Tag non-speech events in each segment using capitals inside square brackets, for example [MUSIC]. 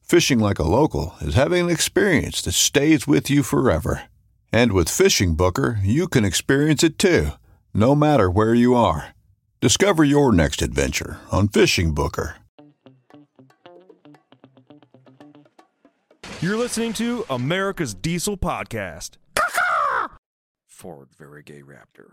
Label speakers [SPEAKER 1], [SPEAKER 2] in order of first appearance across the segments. [SPEAKER 1] Fishing like a local is having an experience that stays with you forever. And with Fishing Booker, you can experience it too, no matter where you are. Discover your next adventure on Fishing Booker.
[SPEAKER 2] You're listening to America's Diesel Podcast.
[SPEAKER 3] Ford very
[SPEAKER 2] [LAUGHS]
[SPEAKER 3] gay raptor.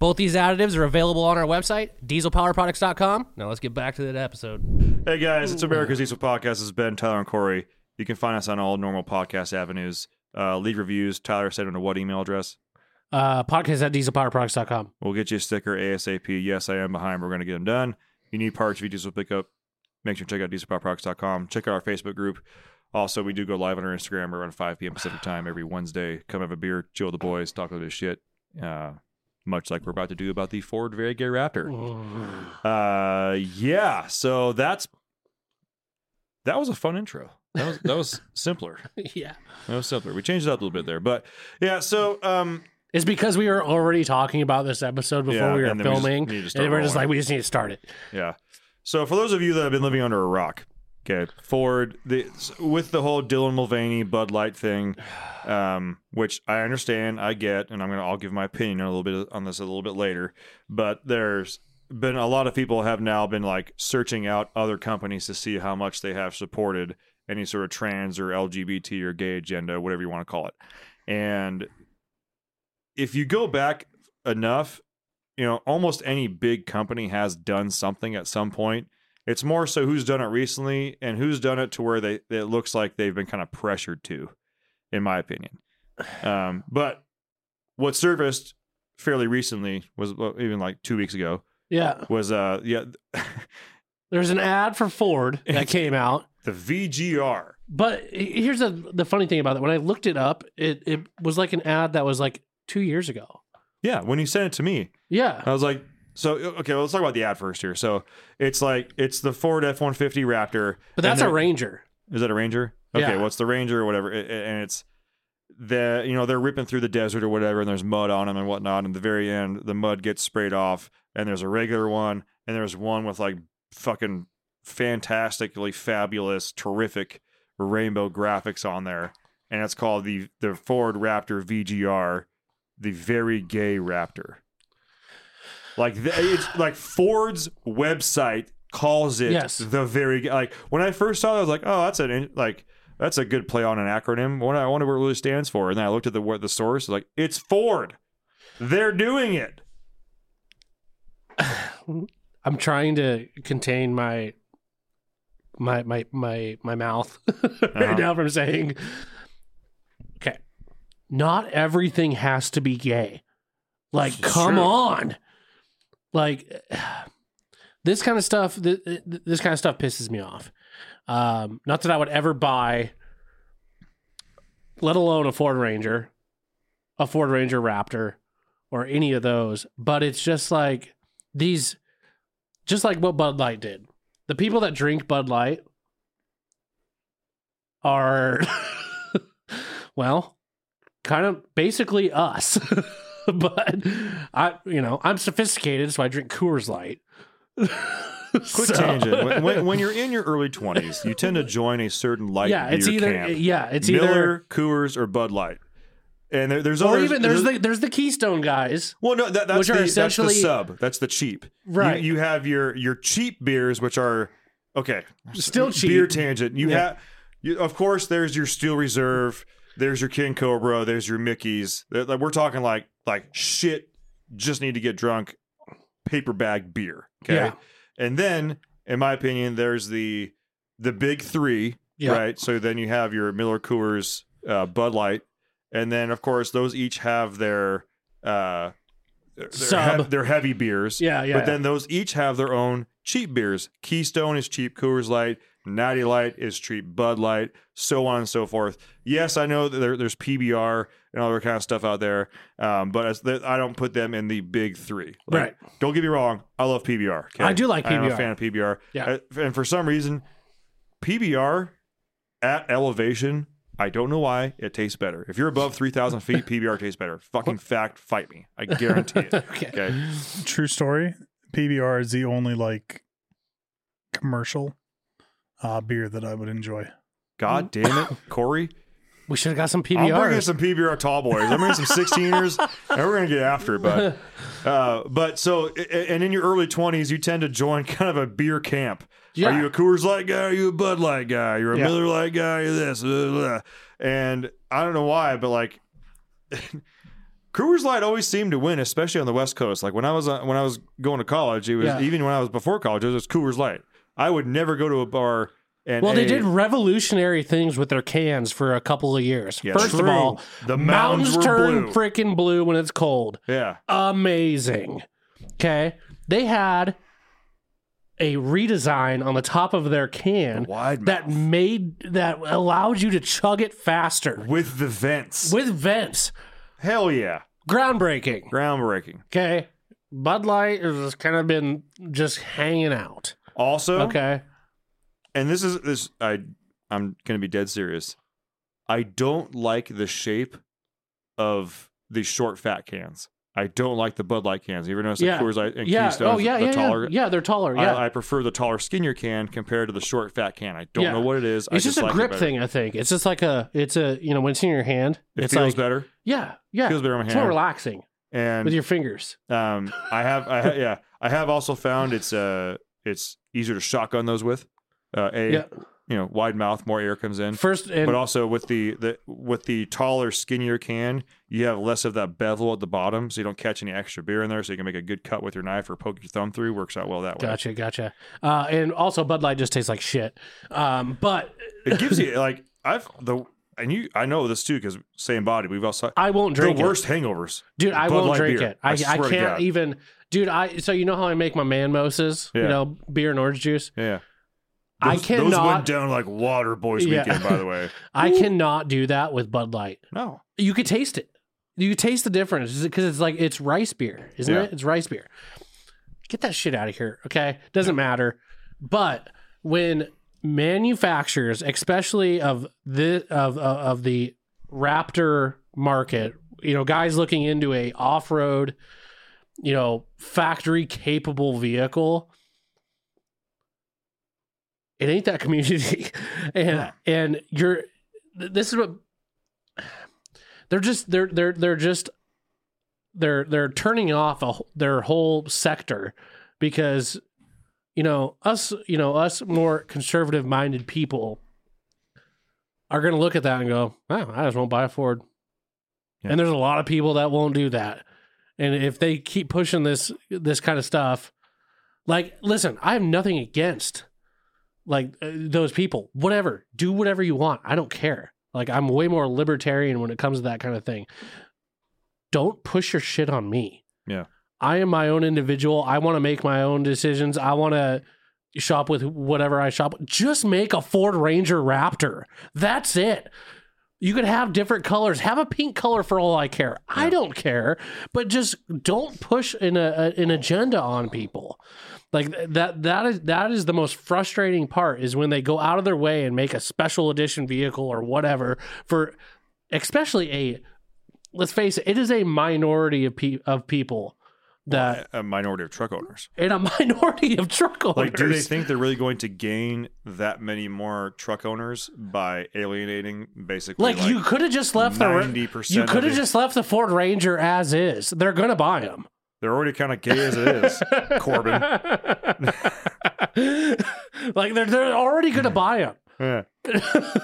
[SPEAKER 4] Both these additives are available on our website, dieselpowerproducts.com. Now let's get back to that episode.
[SPEAKER 3] Hey guys, it's America's Diesel Podcast. This is Ben, Tyler, and Corey. You can find us on all normal podcast avenues. Uh, leave reviews. Tyler send them to what email address?
[SPEAKER 4] Uh, podcast at dieselpowerproducts.com.
[SPEAKER 3] We'll get you a sticker ASAP. Yes, I am behind. We're going to get them done. You need parts if you diesel pickup. Make sure to check out dieselpowerproducts.com. Check out our Facebook group. Also, we do go live on our Instagram around 5 p.m. Pacific time every Wednesday. Come have a beer, chill with the boys, talk a little bit of shit. Uh, much like we're about to do about the Ford Very Gay Raptor. Uh, yeah. So that's that was a fun intro. That was that was simpler.
[SPEAKER 4] yeah.
[SPEAKER 3] That was simpler. We changed it up a little bit there, but yeah. So um,
[SPEAKER 4] It's because we were already talking about this episode before
[SPEAKER 3] Yeah,
[SPEAKER 4] we were
[SPEAKER 3] and then we just
[SPEAKER 4] filming.
[SPEAKER 3] need to start
[SPEAKER 4] and we're just
[SPEAKER 3] rolling.
[SPEAKER 4] like, we just need to start it.
[SPEAKER 3] Yeah. So for those of you that have been living under a rock, okay, Ford the with the whole Dylan Mulvaney Bud Light thing, um, which I understand, I get, and I'm gonna I'll give my opinion a little bit on this a little bit later. But there's been a lot of people have now been like searching out other companies to see how much they have supported any sort of trans or LGBT or gay agenda, whatever you want to call it. And if you go back enough, you know, almost any big company has done something at some point. It's more so who's done it recently and who's done it to where they it looks like they've been kind of pressured to, in my opinion. Um, but what surfaced fairly recently was well, even like two weeks ago
[SPEAKER 4] Yeah.
[SPEAKER 3] was uh yeah
[SPEAKER 4] There's an ad for Ford
[SPEAKER 3] [LAUGHS]
[SPEAKER 4] that came out.
[SPEAKER 3] the VGR
[SPEAKER 4] But he- here's the the funny thing about it. When I looked it up, it, it was like an ad that was like two years ago.
[SPEAKER 3] yeah when you sent it to me
[SPEAKER 4] Yeah.
[SPEAKER 3] I was like, so okay, well, let's talk about the ad first here. So it's like it's the Ford F one fifty Raptor,
[SPEAKER 4] But that's
[SPEAKER 3] and
[SPEAKER 4] a
[SPEAKER 3] they're-
[SPEAKER 4] Ranger.
[SPEAKER 3] Is that a Ranger? Okay,
[SPEAKER 4] Yeah.
[SPEAKER 3] what's the Ranger or whatever? It- it- and it's
[SPEAKER 2] the you know they're ripping through the desert or whatever, and there's mud on them and whatnot. And at the very end, the mud gets sprayed off, and there's a regular one, and there's one with like fucking fantastically fabulous, terrific rainbow graphics on there, and it's called the the Ford Raptor VGR, the very gay Raptor. Like the, it's like Ford's website calls it
[SPEAKER 4] Yes.
[SPEAKER 2] the very like when I first saw it, I was like, oh, that's an in- like that's a good play on an acronym. What I wonder what it really stands for. And then I looked at the what the source like it's Ford. They're doing it.
[SPEAKER 4] I'm trying to contain my my my my my mouth [LAUGHS] right now from saying okay. Not everything has to be gay. Like come on. Like [SIGHS] this kind of stuff th- th- this kind of stuff pisses me off. Um not that I would ever buy let alone a Ford Ranger, a Ford Ranger Raptor or any of those, but it's just like these just like what Bud Light did. The people that drink Bud Light are, [LAUGHS] well, kind of basically us. [LAUGHS] but I, you know, I'm sophisticated, so I drink Coors Light. [LAUGHS] Quick
[SPEAKER 2] Quick tangent. When, when, when you're in your early twenties, you tend to join a certain light
[SPEAKER 4] yeah, it's
[SPEAKER 2] beer
[SPEAKER 4] either
[SPEAKER 2] camp.
[SPEAKER 4] yeah, it's either
[SPEAKER 2] Miller, Coors, or Bud Light. And there, there's
[SPEAKER 4] or
[SPEAKER 2] others-
[SPEAKER 4] even there's the there's the Keystone guys,
[SPEAKER 2] Well, no, that, that's,
[SPEAKER 4] Which are
[SPEAKER 2] the,
[SPEAKER 4] essentially-
[SPEAKER 2] that's the sub. That's the cheap. You-
[SPEAKER 4] Right.
[SPEAKER 2] You, have your your cheap beers, which are okay.
[SPEAKER 4] Still cheap.
[SPEAKER 2] Beer tangent. You
[SPEAKER 4] Yeah.
[SPEAKER 2] have, you, of course, there's your Steel Reserve. There's your King Cobra. There's your Mickey's. They're- like, we're talking like like shit. Just need to get drunk. Paper bag beer. Okay.
[SPEAKER 4] Yeah.
[SPEAKER 2] And then, in my opinion, there's the the big three.
[SPEAKER 4] Yeah.
[SPEAKER 2] Right. So then you have your Miller Coors, uh, Bud Light, and then of course those each have their uh their,
[SPEAKER 4] Sub.
[SPEAKER 2] hev- their heavy beers.
[SPEAKER 4] Yeah, yeah,
[SPEAKER 2] But then those each have their own cheap beers. Keystone is cheap Coors Light. Natty Light is cheap Bud Light. So on and so forth. Yes, I know that there, there's PBR and all that kind of stuff out there, um, but as the, I don't put them in the big three.
[SPEAKER 4] Right.
[SPEAKER 2] Don't get me wrong. I love PBR. okay?
[SPEAKER 4] I do like
[SPEAKER 2] I'm a
[SPEAKER 4] PBR.
[SPEAKER 2] fan of PBR.
[SPEAKER 4] Yeah.
[SPEAKER 2] I- Uh, and for some reason, PBR at elevation. I don't know why it tastes better. If you're above 3,000 feet, PBR tastes better. Fucking fact, fight me. I guarantee it.
[SPEAKER 4] [LAUGHS] Okay.
[SPEAKER 5] True story. PBR is the only like commercial uh, beer that I would enjoy.
[SPEAKER 2] God
[SPEAKER 4] Mm.
[SPEAKER 2] damn
[SPEAKER 4] [LAUGHS]
[SPEAKER 2] it, Corey.
[SPEAKER 4] We should have got some
[SPEAKER 2] I'm bringing
[SPEAKER 4] PBR.
[SPEAKER 2] some PBR tall boys. I'm bringing some 16ers, and we're gonna get after it,
[SPEAKER 4] [LAUGHS]
[SPEAKER 2] bud. Uh, but so, a- a- and in your early 20s, you tend to join kind of a beer camp. Are
[SPEAKER 4] Yeah.
[SPEAKER 2] you a Coors Light guy? Are you a Bud Light guy? You're a
[SPEAKER 4] Yeah.
[SPEAKER 2] Miller Light guy. You're this, blah, blah, blah. and I don't know why, but like. [LAUGHS] Coors Light always seemed to win, especially on the West Coast. Like when I was uh, when I was going to college, it was
[SPEAKER 4] Yeah.
[SPEAKER 2] even when I was before college, it was Coors Light. I would never go to a bar. And
[SPEAKER 4] Well, they
[SPEAKER 2] a-
[SPEAKER 4] did revolutionary things with their cans for a couple of years.
[SPEAKER 2] Yeah,
[SPEAKER 4] First
[SPEAKER 2] true.
[SPEAKER 4] of all,
[SPEAKER 2] the
[SPEAKER 4] mountains,
[SPEAKER 2] mountains, were
[SPEAKER 4] turn
[SPEAKER 2] blue.
[SPEAKER 4] freaking blue when it's cold.
[SPEAKER 2] yeah,
[SPEAKER 4] Amazing. Okay. They had a redesign on the top of their can
[SPEAKER 2] wide
[SPEAKER 4] that made that allowed you to chug it faster
[SPEAKER 2] with the vents.
[SPEAKER 4] with vents.
[SPEAKER 2] Hell yeah.
[SPEAKER 4] Groundbreaking.
[SPEAKER 2] Groundbreaking.
[SPEAKER 4] Okay. Bud Light has just kind of been just hanging out.
[SPEAKER 2] Also,
[SPEAKER 4] Okay.
[SPEAKER 2] and this is this I I'm gonna be dead serious. I don't like the shape of the short fat cans. I don't like the Bud Light cans. You ever notice the
[SPEAKER 4] Yeah.
[SPEAKER 2] Coors Light and
[SPEAKER 4] Yeah.
[SPEAKER 2] Keystone
[SPEAKER 4] Oh, yeah.
[SPEAKER 2] the
[SPEAKER 4] Yeah,
[SPEAKER 2] taller?
[SPEAKER 4] yeah. yeah. They're taller. Yeah.
[SPEAKER 2] I, I prefer the taller, skinnier can compared to the short fat can. I don't
[SPEAKER 4] Yeah.
[SPEAKER 2] know what it is. I
[SPEAKER 4] it's just, a
[SPEAKER 2] like it
[SPEAKER 4] grip
[SPEAKER 2] better.
[SPEAKER 4] thing, I think. It's just like a, it's a, you know, when it's in your hand,
[SPEAKER 2] It
[SPEAKER 4] it's
[SPEAKER 2] feels
[SPEAKER 4] like,
[SPEAKER 2] better.
[SPEAKER 4] yeah, yeah.
[SPEAKER 2] Feels better in my
[SPEAKER 4] it's more
[SPEAKER 2] hand.
[SPEAKER 4] relaxing
[SPEAKER 2] And
[SPEAKER 4] with your fingers.
[SPEAKER 2] [LAUGHS] Um, I have, I ha- yeah, I have also found it's uh, it's easier to shotgun those with. Uh, a,
[SPEAKER 4] Yeah.
[SPEAKER 2] you know, wide mouth, more air comes in.
[SPEAKER 4] First, and
[SPEAKER 2] but also with the, the with the taller, skinnier can, you have less of that bevel at the bottom, so you don't catch any extra beer in there. So you can make a good cut with your knife or poke your thumb through. Works out well that way.
[SPEAKER 4] Gotcha, gotcha. Uh, and also, Bud Light just tastes like shit. Um, but
[SPEAKER 2] It gives you like I've the and you I know this too because same body. We've also
[SPEAKER 4] I won't
[SPEAKER 2] the
[SPEAKER 4] drink it,
[SPEAKER 2] worst hangovers,
[SPEAKER 4] dude. I
[SPEAKER 2] Bud
[SPEAKER 4] won't
[SPEAKER 2] Light
[SPEAKER 4] drink
[SPEAKER 2] beer.
[SPEAKER 4] it. I,
[SPEAKER 2] I
[SPEAKER 4] I,
[SPEAKER 2] swear to God.
[SPEAKER 4] can't even, dude. I so you know how I make my man moses, you
[SPEAKER 2] Yeah.
[SPEAKER 4] know, beer and orange juice.
[SPEAKER 2] Yeah,
[SPEAKER 4] I
[SPEAKER 2] Those- Those went
[SPEAKER 4] cannot,
[SPEAKER 2] down like water boys
[SPEAKER 4] Yeah.
[SPEAKER 2] weekend. By the way,
[SPEAKER 4] [LAUGHS] I cannot do that with Bud Light.
[SPEAKER 2] no,
[SPEAKER 4] You could taste it. You could taste the difference because it's like it's rice beer, isn't
[SPEAKER 2] Yeah.
[SPEAKER 4] it? It's rice beer. Get that shit out of here. Okay, doesn't matter. But when manufacturers, especially of the of of, of the Raptor market, you know, guys looking into a off-road, you know, factory capable vehicle, it ain't that [LAUGHS] community. and and you're th- this is what they're just they're they're they're just they're they're turning off a, wh- their whole sector because you know us you know us more conservative minded people are going to look at that and go oh, i just won't buy a ford
[SPEAKER 3] Yeah.
[SPEAKER 4] and there's a lot of people that won't do that and if they keep pushing this this kind of stuff like listen i have nothing against like uh, those people whatever do whatever you want i don't care like i'm way more libertarian when it comes to that kind of thing don't push your shit on me
[SPEAKER 3] Yeah.
[SPEAKER 4] i am my own individual i want to make my own decisions i want to shop with whatever i shop just make a ford ranger raptor that's it you could have different colors have a pink color for all i care i don't care but just don't push an, a, an agenda on people like th- that that is that is the most frustrating part is when they go out of their way and make a special edition vehicle or whatever for especially a let's face it it is a minority of pe- of people that
[SPEAKER 2] a minority of truck owners.
[SPEAKER 4] and a [LAUGHS] minority of truck owners
[SPEAKER 2] Like, do they think they're really going to gain that many more truck owners by alienating basically?
[SPEAKER 4] like, you could have just left the
[SPEAKER 2] ninety percent.
[SPEAKER 4] you could have just left the Ford Ranger as is. They're gonna
[SPEAKER 2] [LAUGHS]
[SPEAKER 4] buy them.
[SPEAKER 2] They're already kind of gay as it is, Corbin.
[SPEAKER 4] [LAUGHS] like they're they're already
[SPEAKER 2] Hmm.
[SPEAKER 4] gonna buy them.
[SPEAKER 2] Yeah.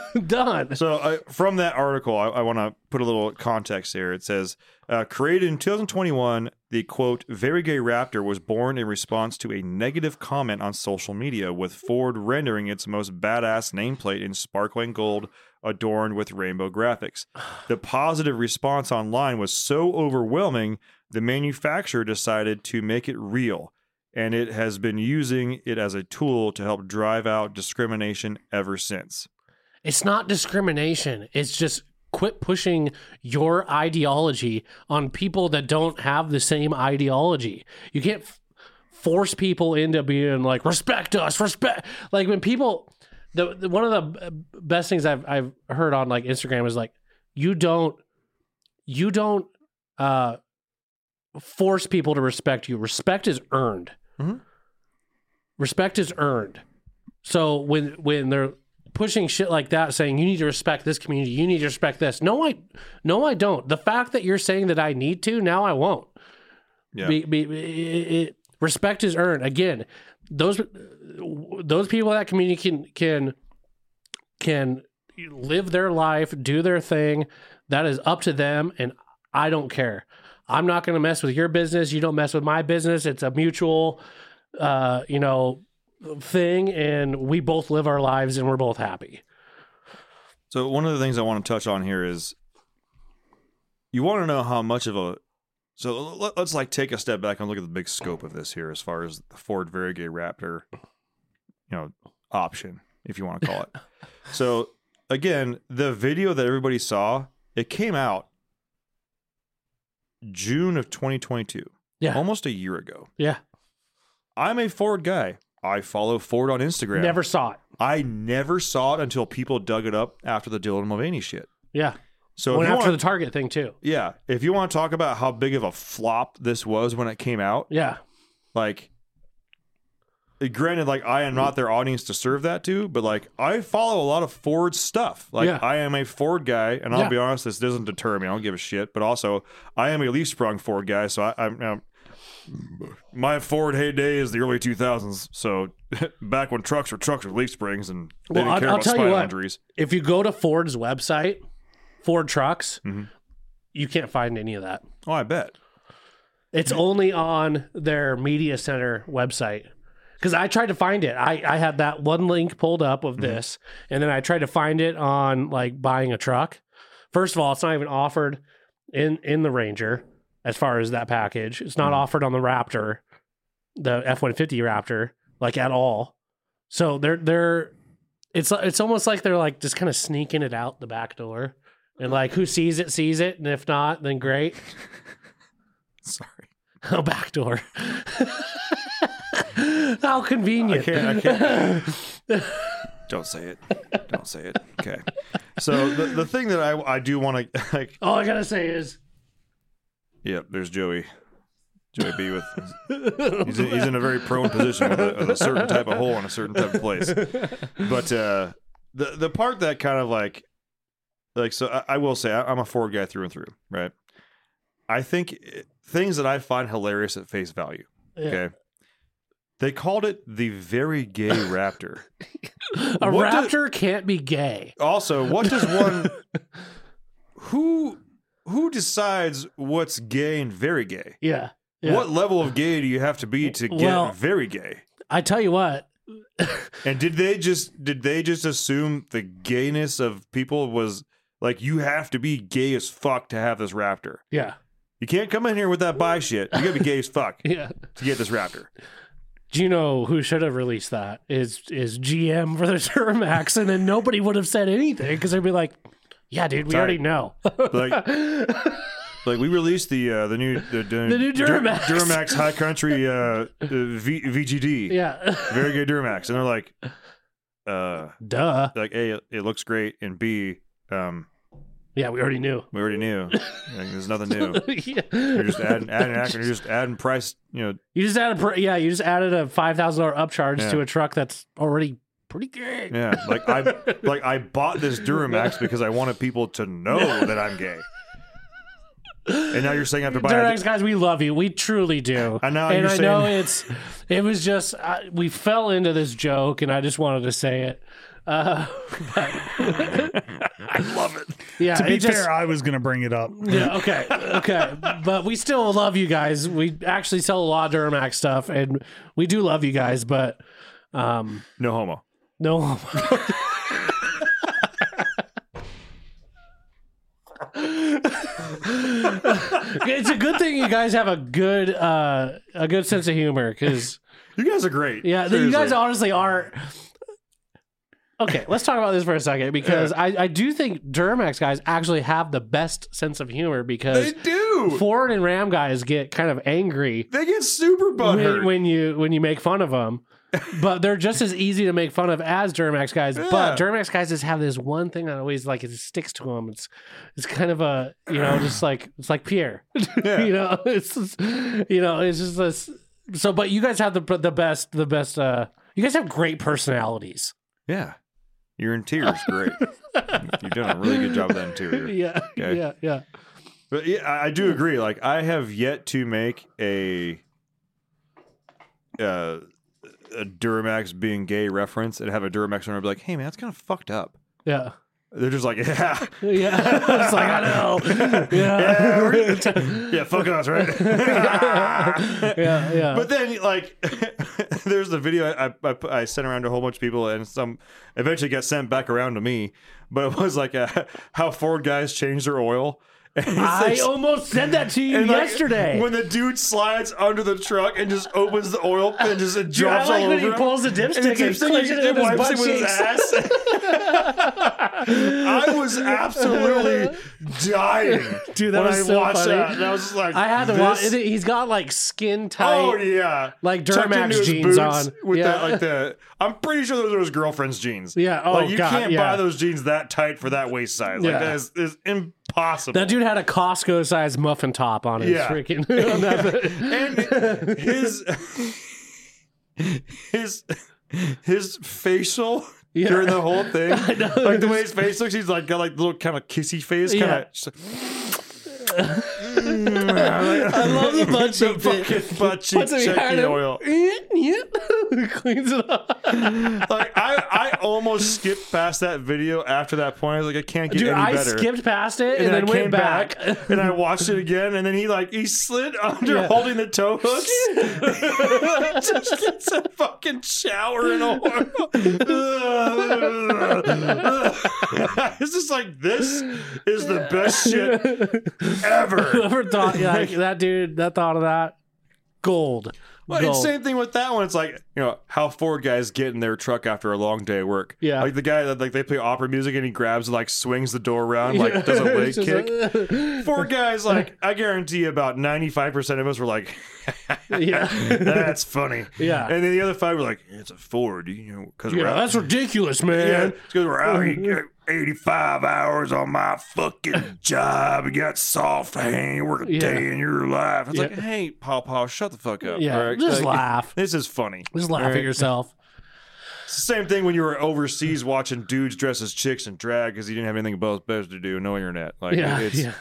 [SPEAKER 4] [LAUGHS] Done.
[SPEAKER 2] So, I, from that article, I, I want to put a little context here. It says, uh, created in 2021, the quote, very gay raptor was born in response to a negative comment on social media, with Ford rendering its most badass nameplate in sparkling gold adorned with rainbow graphics. The positive response online was so overwhelming, the manufacturer decided to make it real. And it has been using it as a tool to help drive out discrimination ever since.
[SPEAKER 4] It's not discrimination. It's just quit pushing your ideology on people that don't have the same ideology. You can't f- force people into being like respect us, respect. Like when people, the, the one of the b- best things I've I've heard on like Instagram is like you don't you don't uh force people to respect you. Respect is earned.
[SPEAKER 2] Mhm.
[SPEAKER 4] Respect is earned. So when when they're pushing shit like that, saying you need to respect this community, you need to respect this. No, I no, I don't. The fact that you're saying that I need to now, I won't.
[SPEAKER 2] Yeah.
[SPEAKER 4] Be, be, be- it- it- respect is earned. Again, those those people in that community can can can live their life, do their thing. That is up to them, and I don't care. I'm not going to mess with your business. You don't mess with my business. It's a mutual, uh, you know, thing, and we both live our lives, and we're both happy.
[SPEAKER 2] So one of the things I want to touch on here is you want to know how much of a so let- let's like take a step back and look at the big scope of this here as far as the Ford Variegate Raptor, you know, option if you want to call
[SPEAKER 4] [LAUGHS]
[SPEAKER 2] it. so again, the video that everybody saw, it came out June of 2022.
[SPEAKER 4] Yeah.
[SPEAKER 2] Almost a year ago.
[SPEAKER 4] Yeah,
[SPEAKER 2] I'm a Ford guy. I follow Ford on Instagram.
[SPEAKER 4] never saw it.
[SPEAKER 2] I never saw it until people dug it up after the Dylan Mulvaney shit.
[SPEAKER 4] Yeah,
[SPEAKER 2] So if
[SPEAKER 4] went
[SPEAKER 2] you
[SPEAKER 4] after
[SPEAKER 2] want,
[SPEAKER 4] the Target thing too.
[SPEAKER 2] yeah, if you want to talk about how big of a flop this was when it came out,
[SPEAKER 4] Yeah,
[SPEAKER 2] like, granted, like I am not their audience to serve that to, but like I follow a lot of Ford stuff. Like
[SPEAKER 4] Yeah.
[SPEAKER 2] I am a Ford guy, and I'll
[SPEAKER 4] Yeah.
[SPEAKER 2] be honest, this doesn't deter me. I don't give a shit. But also, I am a leaf sprung Ford guy, so I, I'm. i my Ford heyday is the early 2000s, so [LAUGHS] back when trucks were trucks with leaf springs and they
[SPEAKER 4] Well,
[SPEAKER 2] didn't
[SPEAKER 4] I'll-
[SPEAKER 2] care
[SPEAKER 4] I'll
[SPEAKER 2] about
[SPEAKER 4] tell you
[SPEAKER 2] spinal
[SPEAKER 4] what.
[SPEAKER 2] injuries.
[SPEAKER 4] if you go to Ford's website, Ford trucks, you can't find any of that.
[SPEAKER 2] Oh, I bet.
[SPEAKER 4] It's only on their media center website. Because I tried to find it. I, I had that one link pulled up of this, and then I tried to find it on like buying a truck. First of all, it's not even offered in in the Ranger as far as that package. It's
[SPEAKER 2] Hmm.
[SPEAKER 4] not offered on the Raptor, the F one fifty Raptor, like at all. So they're they're it's it's almost like they're like just kind of sneaking it out the back door. And like who sees it sees it, and if not, then great.
[SPEAKER 2] [LAUGHS] Sorry.
[SPEAKER 4] Oh, back door. [LAUGHS] How convenient. [LAUGHS]
[SPEAKER 2] I can't. I can't. Don't say it. Don't say it. Okay. So the, the thing that I I do want to [LAUGHS] like.
[SPEAKER 6] All I gotta say is
[SPEAKER 2] Yep. There's Joey. Joey B
[SPEAKER 4] [LAUGHS]
[SPEAKER 2] with he's in, he's in a very prone position with a, with a certain type of hole in a certain type of place. But uh, the the part that kind of like like so I, I will say I, I'm a Ford guy through and through, right? I think it- things that I find hilarious at face value. Okay. They called it the very gay raptor.
[SPEAKER 4] A
[SPEAKER 2] What do-
[SPEAKER 4] raptor can't be gay.
[SPEAKER 2] Also, what does one who who decides what's gay and very gay?
[SPEAKER 4] Yeah. yeah.
[SPEAKER 2] What level of gay do you have to be to get
[SPEAKER 4] Well-
[SPEAKER 2] very gay?
[SPEAKER 4] I tell you what,
[SPEAKER 2] And did they just did they just assume the gayness of people was like you have to be gay as fuck to have this raptor?
[SPEAKER 4] yeah,
[SPEAKER 2] You can't come in here with that bi shit. You gotta be gay as fuck to
[SPEAKER 4] yeah.
[SPEAKER 2] get this raptor.
[SPEAKER 4] Do you know who should have released that? Is is GM for the [LAUGHS] Duramax, and then nobody would have said anything because they'd be like, "Yeah, dude, we
[SPEAKER 2] Sorry. [LAUGHS]
[SPEAKER 4] already know."
[SPEAKER 2] Like, like we released the uh, the new the,
[SPEAKER 4] The new
[SPEAKER 2] Dur-
[SPEAKER 4] Duramax.
[SPEAKER 2] Duramax High Country uh, uh, v- VGD.
[SPEAKER 4] yeah, [LAUGHS]
[SPEAKER 2] very good Duramax. And they're like, uh,
[SPEAKER 4] duh.
[SPEAKER 2] like A, it looks great, and B, um,
[SPEAKER 4] Yeah, we already knew. [LAUGHS]
[SPEAKER 2] we already knew. Like, there's nothing new.
[SPEAKER 4] yeah.
[SPEAKER 2] You're just adding, adding, adding, you're just adding price. You know,
[SPEAKER 4] You just added, pr- yeah, you just added a five thousand dollar upcharge
[SPEAKER 2] Yeah.
[SPEAKER 4] to a truck that's already pretty gay.
[SPEAKER 2] yeah. Like I, like I bought this Duramax because I wanted people to know that I'm gay. And now you're saying I have to buy.
[SPEAKER 4] Duramax guys, we love you. We truly do.
[SPEAKER 2] I know
[SPEAKER 4] and
[SPEAKER 2] you're
[SPEAKER 4] I
[SPEAKER 2] saying-
[SPEAKER 4] know
[SPEAKER 2] [LAUGHS]
[SPEAKER 4] it's. It was just I, we fell into this joke, and I just wanted to say it. Uh,
[SPEAKER 2] I love it.
[SPEAKER 4] yeah,
[SPEAKER 5] To be
[SPEAKER 4] it just-
[SPEAKER 5] fair, I was gonna bring it up.
[SPEAKER 4] Yeah, okay. Okay. but we still love you guys. We actually sell a lot of Duramax stuff and we do love you guys, but um
[SPEAKER 2] No homo.
[SPEAKER 4] no It's a good thing you guys have a good uh a good sense of humor cuz
[SPEAKER 2] You guys are great.
[SPEAKER 4] yeah, you guys honestly are Okay, let's talk about this for a second because I, I do think Duramax guys actually have the best sense of humor
[SPEAKER 2] [LAUGHS]
[SPEAKER 4] because
[SPEAKER 2] They do.
[SPEAKER 4] Ford and Ram guys get kind of angry
[SPEAKER 2] They get super butthurt.
[SPEAKER 4] when, when you when you make fun
[SPEAKER 2] [LAUGHS]
[SPEAKER 4] of them, but they're just as easy to make fun of as Duramax guys. But Duramax guys just have this one thing that always like it sticks to them. It's it's kind of a you know just like it's like Pierre, [LAUGHS] you know it's just, you know it's just this. So, but you guys have the the best the best. uh You guys have great personalities.
[SPEAKER 2] yeah. Your interior's great. You've done a really good job of that interior.
[SPEAKER 4] Yeah,
[SPEAKER 2] Okay.
[SPEAKER 4] yeah, yeah.
[SPEAKER 2] But yeah, I I do agree. Like I have yet to make a uh, a Duramax being gay reference and have a Duramax owner be like, "Hey man, that's kind of fucked up."
[SPEAKER 4] Yeah, [LAUGHS]
[SPEAKER 2] They're just like, [LAUGHS] "Yeah,
[SPEAKER 4] yeah. [LAUGHS] it's like I
[SPEAKER 2] [LAUGHS]
[SPEAKER 4] know.
[SPEAKER 2] yeah, we're- yeah, fuck us, right?"
[SPEAKER 4] [LAUGHS]
[SPEAKER 2] [LAUGHS]
[SPEAKER 4] Yeah, yeah.
[SPEAKER 2] But then, like, [LAUGHS] there's the video I, I, put- I sent around to a whole bunch of people, and some eventually got sent back around to me. But it was like uh [LAUGHS] how Ford guys change their oil. And it's
[SPEAKER 4] I
[SPEAKER 2] like-
[SPEAKER 4] almost said that to you
[SPEAKER 2] And, like,
[SPEAKER 4] yesterday.
[SPEAKER 2] when the dude slides under the truck and just opens the oil and just it
[SPEAKER 4] Dude, I
[SPEAKER 2] drops
[SPEAKER 4] like
[SPEAKER 2] all
[SPEAKER 4] when
[SPEAKER 2] over
[SPEAKER 4] he
[SPEAKER 2] him.
[SPEAKER 4] pulls the
[SPEAKER 2] And
[SPEAKER 4] dipstick and
[SPEAKER 2] keeps thinking
[SPEAKER 4] flings it in his
[SPEAKER 2] wipes
[SPEAKER 4] butt
[SPEAKER 2] it with his
[SPEAKER 4] cheeks.
[SPEAKER 2] ass. I was
[SPEAKER 4] [LAUGHS]
[SPEAKER 2] absolutely dying.
[SPEAKER 4] Dude, that
[SPEAKER 2] when
[SPEAKER 4] was
[SPEAKER 2] I
[SPEAKER 4] so
[SPEAKER 2] watched
[SPEAKER 4] funny.
[SPEAKER 2] That. And I was just like,
[SPEAKER 4] I had to
[SPEAKER 2] this-
[SPEAKER 4] watch. it- He's got like skin tight.
[SPEAKER 2] Oh yeah,
[SPEAKER 4] like
[SPEAKER 2] Tucked
[SPEAKER 4] Duramax
[SPEAKER 2] into his
[SPEAKER 4] jeans
[SPEAKER 2] boots
[SPEAKER 4] on.
[SPEAKER 2] with
[SPEAKER 4] Yeah.
[SPEAKER 2] that, like the. I'm pretty sure those are his girlfriend's jeans.
[SPEAKER 4] Yeah, oh,
[SPEAKER 2] like you
[SPEAKER 4] God,
[SPEAKER 2] can't
[SPEAKER 4] yeah.
[SPEAKER 2] buy those jeans that tight for that waist size.
[SPEAKER 4] Yeah.
[SPEAKER 2] Like that is, is impossible.
[SPEAKER 4] That dude had a Costco sized muffin top on his
[SPEAKER 2] Yeah.
[SPEAKER 4] freaking. [LAUGHS] on that-
[SPEAKER 2] and his his his facial
[SPEAKER 4] Yeah.
[SPEAKER 2] during the whole
[SPEAKER 4] [LAUGHS]
[SPEAKER 2] thing,
[SPEAKER 4] know.
[SPEAKER 2] like the way his face looks, he's like got like little kind of kissy face, kind
[SPEAKER 4] Yeah.
[SPEAKER 2] of. I
[SPEAKER 4] love
[SPEAKER 2] [LAUGHS]
[SPEAKER 4] the butt cheek bit.
[SPEAKER 2] fucking butt cheek
[SPEAKER 4] Puts it
[SPEAKER 2] checking
[SPEAKER 4] behind him. [LAUGHS]
[SPEAKER 2] oil.
[SPEAKER 4] Cleans it up.
[SPEAKER 2] Like I, I almost skipped past that video after that point. I was like, I can't get
[SPEAKER 4] Dude,
[SPEAKER 2] any
[SPEAKER 4] I
[SPEAKER 2] better.
[SPEAKER 4] skipped past it and,
[SPEAKER 2] I
[SPEAKER 4] then
[SPEAKER 2] came
[SPEAKER 4] went back. [LAUGHS]
[SPEAKER 3] [LAUGHS]
[SPEAKER 2] and I watched it again, and then he like he slid under
[SPEAKER 4] Yeah.
[SPEAKER 2] holding the toe
[SPEAKER 3] [LAUGHS]
[SPEAKER 4] [LAUGHS]
[SPEAKER 2] hooks. Just gets a fucking shower in a
[SPEAKER 3] [LAUGHS]
[SPEAKER 2] It's just like this is the best shit ever. [LAUGHS]
[SPEAKER 4] [LAUGHS] Whoever thought yeah, like, that dude that thought of that gold.
[SPEAKER 3] Well,
[SPEAKER 4] goal.
[SPEAKER 3] it's same thing with that one. It's like you know how Ford guys get in their truck after a long day of work.
[SPEAKER 4] Yeah.
[SPEAKER 3] like the guy that like they play opera music and he grabs like swings the door around like does a
[SPEAKER 4] [LAUGHS] It's
[SPEAKER 3] leg
[SPEAKER 4] just
[SPEAKER 3] kick.
[SPEAKER 4] like,
[SPEAKER 3] Ford guys, like I guarantee you about ninety five percent of us were like,
[SPEAKER 4] [LAUGHS]
[SPEAKER 2] [LAUGHS]
[SPEAKER 4] yeah.
[SPEAKER 3] that's funny.
[SPEAKER 4] Yeah.
[SPEAKER 3] and then the other five were like, it's a Ford, you know, because we're
[SPEAKER 4] Yeah,
[SPEAKER 3] out.
[SPEAKER 4] that's ridiculous,
[SPEAKER 3] Yeah,
[SPEAKER 4] man.
[SPEAKER 3] it's because we're out
[SPEAKER 4] [LAUGHS]
[SPEAKER 3] here eighty five hours on my fucking job. You got soft hand, work a
[SPEAKER 4] Yeah.
[SPEAKER 3] day in your life. It's
[SPEAKER 4] Yeah.
[SPEAKER 3] like, hey, Paw Paw, shut the fuck
[SPEAKER 4] Yeah,
[SPEAKER 3] up. all right?
[SPEAKER 4] just
[SPEAKER 3] Like,
[SPEAKER 4] laugh.
[SPEAKER 3] This is funny.
[SPEAKER 4] Just laugh at yourself.
[SPEAKER 3] It's the same thing when you were overseas watching dudes dress as chicks and drag because you didn't have anything both better to do, no internet. Like [LAUGHS]
[SPEAKER 4] Yeah,
[SPEAKER 3] it's,
[SPEAKER 4] yeah.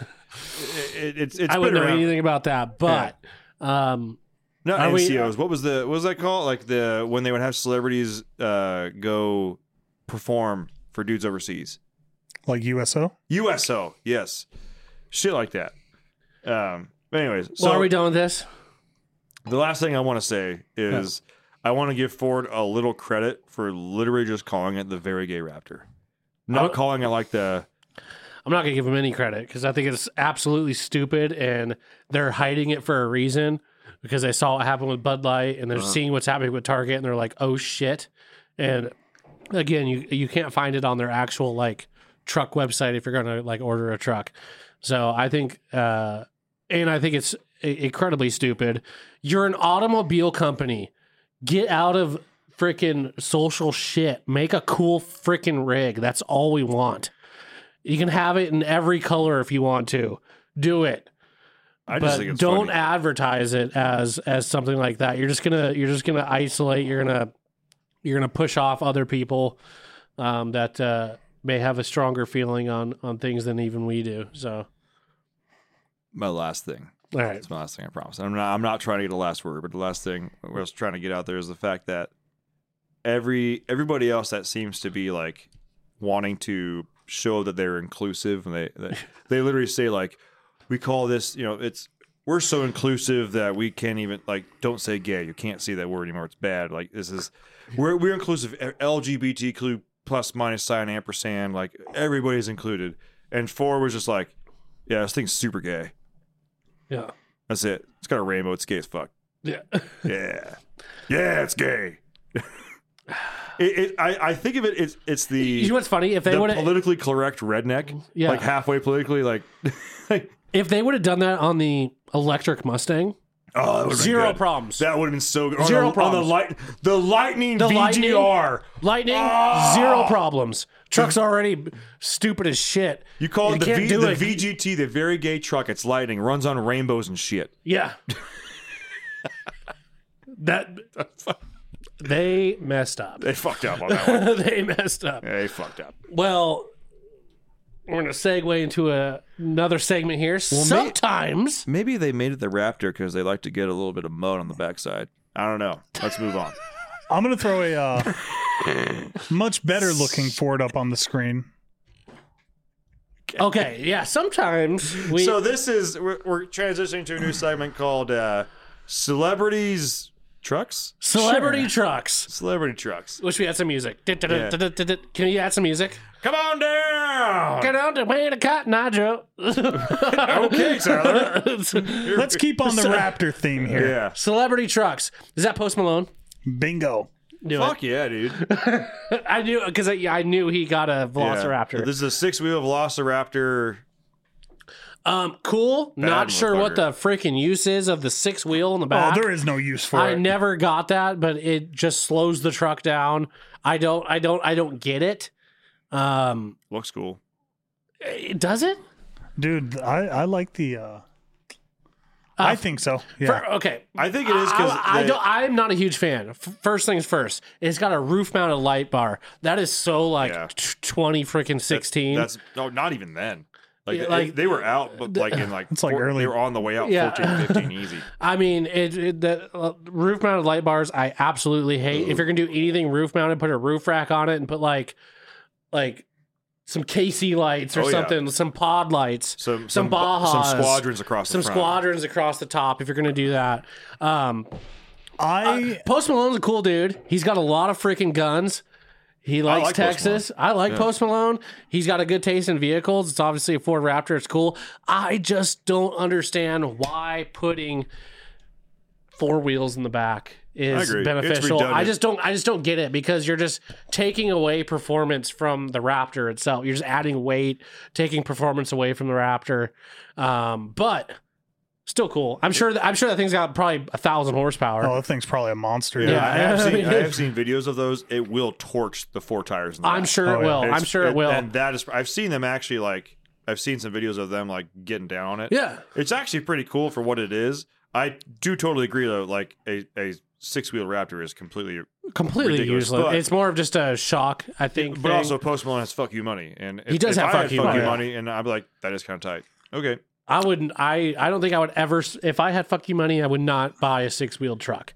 [SPEAKER 3] It, it, it's it's
[SPEAKER 4] I
[SPEAKER 3] been
[SPEAKER 4] wouldn't know
[SPEAKER 3] around.
[SPEAKER 4] anything about that, but um,
[SPEAKER 3] Not
[SPEAKER 4] Are we-
[SPEAKER 3] NCOs. what was the what was that called? Like the when they would have celebrities uh, go perform for dudes overseas.
[SPEAKER 5] Like USO?
[SPEAKER 3] USO, yes, shit like that. Um. But anyways, so
[SPEAKER 4] well, are we done with this?
[SPEAKER 3] the last thing I want to say is I want to give Ford a little credit for literally just calling it the very gay Raptor, not calling it like the
[SPEAKER 4] I'm not gonna give them any credit because I think it's absolutely stupid, and they're hiding it for a reason because they saw what happened with Bud Light, and they're seeing what's happening with Target, and they're like, "Oh shit!" And again, you you can't find it on their actual like truck website if you're gonna like order a truck. So I think, uh, and I think it's i- incredibly stupid. You're an automobile company. Get out of freaking social shit. Make a cool freaking rig. That's all we want. You can have it in every color if you want to. Do it,
[SPEAKER 3] I just think
[SPEAKER 4] but
[SPEAKER 3] it's
[SPEAKER 4] don't
[SPEAKER 3] funny.
[SPEAKER 4] advertise it as as something like that. You're just gonna you're just gonna isolate. You're gonna you're gonna push off other people um, that uh, may have a stronger feeling on on things than even we do. So
[SPEAKER 3] my last thing.
[SPEAKER 4] all right,
[SPEAKER 3] It's my last thing, I promise. I'm not, I'm not trying to get a last word, but the last thing I was trying to get out there is the fact that every everybody else that seems to be like wanting to show that they're inclusive, and they they, they literally say like, we call this, you know, it's we're so inclusive that we can't even like don't say gay. You can't say that word anymore. It's bad. Like this is we're we're inclusive. E, LGBTQ plus minus sign ampersand. Like everybody's included. And four was just like, yeah, this thing's super gay.
[SPEAKER 4] yeah,
[SPEAKER 3] That's it. It's got a rainbow. It's gay as
[SPEAKER 4] [LAUGHS]
[SPEAKER 3] fuck.
[SPEAKER 4] yeah.
[SPEAKER 3] Yeah, yeah, it's
[SPEAKER 4] [SIGHS]
[SPEAKER 3] gay. it, it, I, I think of it. It's it's the
[SPEAKER 4] You know what's funny? If they
[SPEAKER 3] the
[SPEAKER 4] would have
[SPEAKER 3] politically correct redneck.
[SPEAKER 4] Yeah.
[SPEAKER 3] like halfway politically. Like, like
[SPEAKER 4] if they would have done that on the electric Mustang,
[SPEAKER 3] oh, that would've been
[SPEAKER 4] zero
[SPEAKER 3] good.
[SPEAKER 4] problems.
[SPEAKER 3] That would have been so good. On
[SPEAKER 4] Zero
[SPEAKER 3] the- On
[SPEAKER 4] problems.
[SPEAKER 3] the light, the lightning
[SPEAKER 4] The Lightning.
[SPEAKER 3] VGR.
[SPEAKER 4] Lightning,
[SPEAKER 3] Ah!
[SPEAKER 4] zero problems. Truck's already stupid as shit.
[SPEAKER 3] You call it the,
[SPEAKER 4] can't
[SPEAKER 3] v,
[SPEAKER 4] do
[SPEAKER 3] the
[SPEAKER 4] it.
[SPEAKER 3] VGT, the very gay truck. It's lightning. Runs on rainbows and shit.
[SPEAKER 4] Yeah. that they messed up.
[SPEAKER 3] They fucked up on that one.
[SPEAKER 4] [LAUGHS] they messed up.
[SPEAKER 3] they fucked up.
[SPEAKER 4] Well, we're gonna segue into a, another segment here. Sometimes
[SPEAKER 3] Maybe they made it the Raptor because they like to get a little bit of mud on the backside. I don't know. Let's move on.
[SPEAKER 5] I'm going to throw a
[SPEAKER 4] [LAUGHS]
[SPEAKER 5] uh, much better looking Ford up on the screen.
[SPEAKER 4] okay, yeah. Sometimes we
[SPEAKER 3] so this is we're, we're transitioning to a new segment called uh, celebrities trucks
[SPEAKER 4] celebrity trucks.
[SPEAKER 3] celebrity trucks
[SPEAKER 4] Wish we had some music. Can you add some music?
[SPEAKER 3] come on down
[SPEAKER 4] Get out the way to Cotton Eye Joe.
[SPEAKER 3] [LAUGHS] okay tyler
[SPEAKER 5] Let's keep on the Raptor theme here.
[SPEAKER 3] yeah
[SPEAKER 4] [LAUGHS] Celebrity trucks. Is that Post Malone?
[SPEAKER 5] Bingo.
[SPEAKER 4] Do it.
[SPEAKER 3] fuck yeah dude
[SPEAKER 4] I knew because I, I knew he got a [LAUGHS] Velociraptor.
[SPEAKER 3] this is a six-wheel velociraptor
[SPEAKER 4] Um, cool. Not sure what the freaking use is of the six wheel in the
[SPEAKER 5] Oh,
[SPEAKER 4] back.
[SPEAKER 5] there is no use for
[SPEAKER 4] I
[SPEAKER 5] it.
[SPEAKER 4] never got that, but it just slows the truck down. I don't, I don't, I don't get it. Um,
[SPEAKER 3] looks cool
[SPEAKER 4] it- does it?
[SPEAKER 5] Dude, I, I like the. Uh, I think so. Yeah.
[SPEAKER 4] Uh, For- okay.
[SPEAKER 3] i think it is because
[SPEAKER 4] I, I don't. I'm not a huge fan. F- First things first. It's got a roof mounted light bar. That is so like
[SPEAKER 3] Yeah.
[SPEAKER 4] t- twenty freaking sixteen.
[SPEAKER 3] that's no not even then like,
[SPEAKER 4] Yeah,
[SPEAKER 3] they-
[SPEAKER 4] like-
[SPEAKER 3] they were out but like
[SPEAKER 4] [LAUGHS]
[SPEAKER 3] in like
[SPEAKER 5] It's like early-
[SPEAKER 3] they were on the way out
[SPEAKER 4] Yeah.
[SPEAKER 3] 14 15
[SPEAKER 4] [LAUGHS]
[SPEAKER 3] easy
[SPEAKER 4] I mean, it, it the uh, roof mounted light bars. I absolutely hate. If you're gonna do anything roof mounted, put a roof rack on it and put like, like, some KC lights or
[SPEAKER 3] Oh, yeah.
[SPEAKER 4] something, some pod lights,
[SPEAKER 3] some
[SPEAKER 4] some, Bajas,
[SPEAKER 3] some squadrons across
[SPEAKER 4] some
[SPEAKER 3] the front.
[SPEAKER 4] squadrons across the top. If you're gonna do that, um,
[SPEAKER 5] I
[SPEAKER 4] Post Malone's a cool dude. He's got a lot of freaking guns. He likes
[SPEAKER 3] like Post
[SPEAKER 4] Texas. I like Post Malone. He's got a good taste in vehicles. It's obviously a Ford Raptor. It's cool. I just don't understand why putting four wheels in the back is
[SPEAKER 2] agree. It's
[SPEAKER 4] beneficial. I
[SPEAKER 2] redundant.
[SPEAKER 4] just don't I just don't get it because you're just taking away performance from the Raptor itself. You're just adding weight, taking performance away from the Raptor. Um, but still cool. I'm sure that I'm sure that thing's got probably a thousand horsepower.
[SPEAKER 5] Oh, that thing's probably a monster.
[SPEAKER 2] Yeah,
[SPEAKER 4] Yeah.
[SPEAKER 2] I, have
[SPEAKER 4] I
[SPEAKER 2] seen,
[SPEAKER 4] mean-
[SPEAKER 2] I
[SPEAKER 4] [LAUGHS]
[SPEAKER 2] have seen videos of those. It will torch the four tires. In the
[SPEAKER 4] I'm
[SPEAKER 2] back.
[SPEAKER 4] sure
[SPEAKER 5] Oh,
[SPEAKER 4] it
[SPEAKER 5] yeah.
[SPEAKER 4] will.
[SPEAKER 2] It's-
[SPEAKER 4] I'm sure it will.
[SPEAKER 2] And that is, I've seen them actually like, I've seen some videos of them like getting down on it.
[SPEAKER 4] yeah.
[SPEAKER 2] It's actually pretty cool for what it is. I do totally agree though. Like a, a six wheel Raptor is completely,
[SPEAKER 4] Completely
[SPEAKER 2] ridiculous,
[SPEAKER 4] useless.
[SPEAKER 2] but-
[SPEAKER 4] it's more of just a shock, I think.
[SPEAKER 2] but
[SPEAKER 4] thing.
[SPEAKER 2] also Post Malone has fuck you money, and if,
[SPEAKER 4] He does
[SPEAKER 2] if
[SPEAKER 4] have
[SPEAKER 2] I
[SPEAKER 4] fuck
[SPEAKER 2] had
[SPEAKER 4] you
[SPEAKER 2] fuck you
[SPEAKER 4] money.
[SPEAKER 2] money, and I'm like that is kind of tight. Okay,
[SPEAKER 4] I wouldn't. I I don't think I would ever. s- If I had fuck you money, I would not buy a six wheeled truck.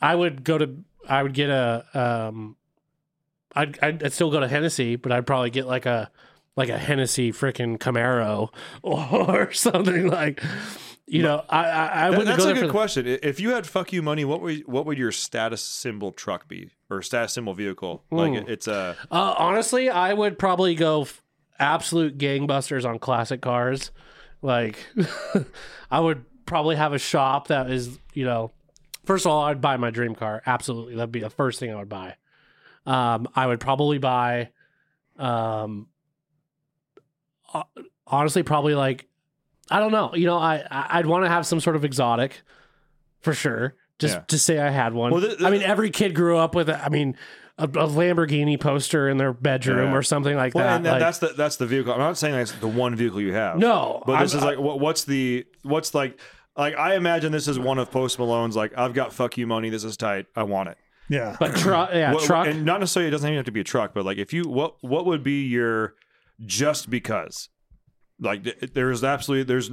[SPEAKER 4] I would go to. I would get a. Um, I'd, I'd I'd still go to Hennessy, but I'd probably get like a like a Hennessy freaking Camaro [LAUGHS] or something like. You know, I I,
[SPEAKER 2] That-
[SPEAKER 4] I wouldn't
[SPEAKER 2] that's
[SPEAKER 4] go
[SPEAKER 2] a
[SPEAKER 4] there
[SPEAKER 2] good
[SPEAKER 4] for.
[SPEAKER 2] question. I- If you had fuck you money, what would what would your status symbol truck be or status symbol vehicle? Like
[SPEAKER 4] Hmm.
[SPEAKER 2] it- it's a
[SPEAKER 4] [LAUGHS] The, uh, honestly, I would probably go f- absolute gangbusters on classic cars. Like, [LAUGHS] I would probably have a shop that is, you know, First of all, I'd buy my dream car. Absolutely, that'd be the first thing I would buy. Um, I would probably buy, um, ho- honestly, probably like, I don't know. You know, I I- I'd want to have some sort of exotic, for sure. Just
[SPEAKER 2] Yeah.
[SPEAKER 4] to say I had one.
[SPEAKER 2] Well, th-
[SPEAKER 4] I mean, every kid grew up with. A, I mean, a, a Lamborghini poster in their bedroom
[SPEAKER 2] Yeah.
[SPEAKER 4] or something like
[SPEAKER 2] well,
[SPEAKER 4] that.
[SPEAKER 2] and that,
[SPEAKER 4] like,
[SPEAKER 2] that's the that's the vehicle. I'm not saying that's the one vehicle you have.
[SPEAKER 4] no,
[SPEAKER 2] but this
[SPEAKER 4] I'm-
[SPEAKER 2] is like what, what's the what's like like I imagine this is one of Post Malone's like I've got fuck you money. This is tight. I want it.
[SPEAKER 5] Yeah.
[SPEAKER 4] but
[SPEAKER 2] [CLEARS THROAT]
[SPEAKER 4] truck, yeah,
[SPEAKER 2] What-
[SPEAKER 4] truck.
[SPEAKER 2] and not necessarily. It doesn't even have to be a truck, but like if you what what would be your just because like th- there is absolutely there's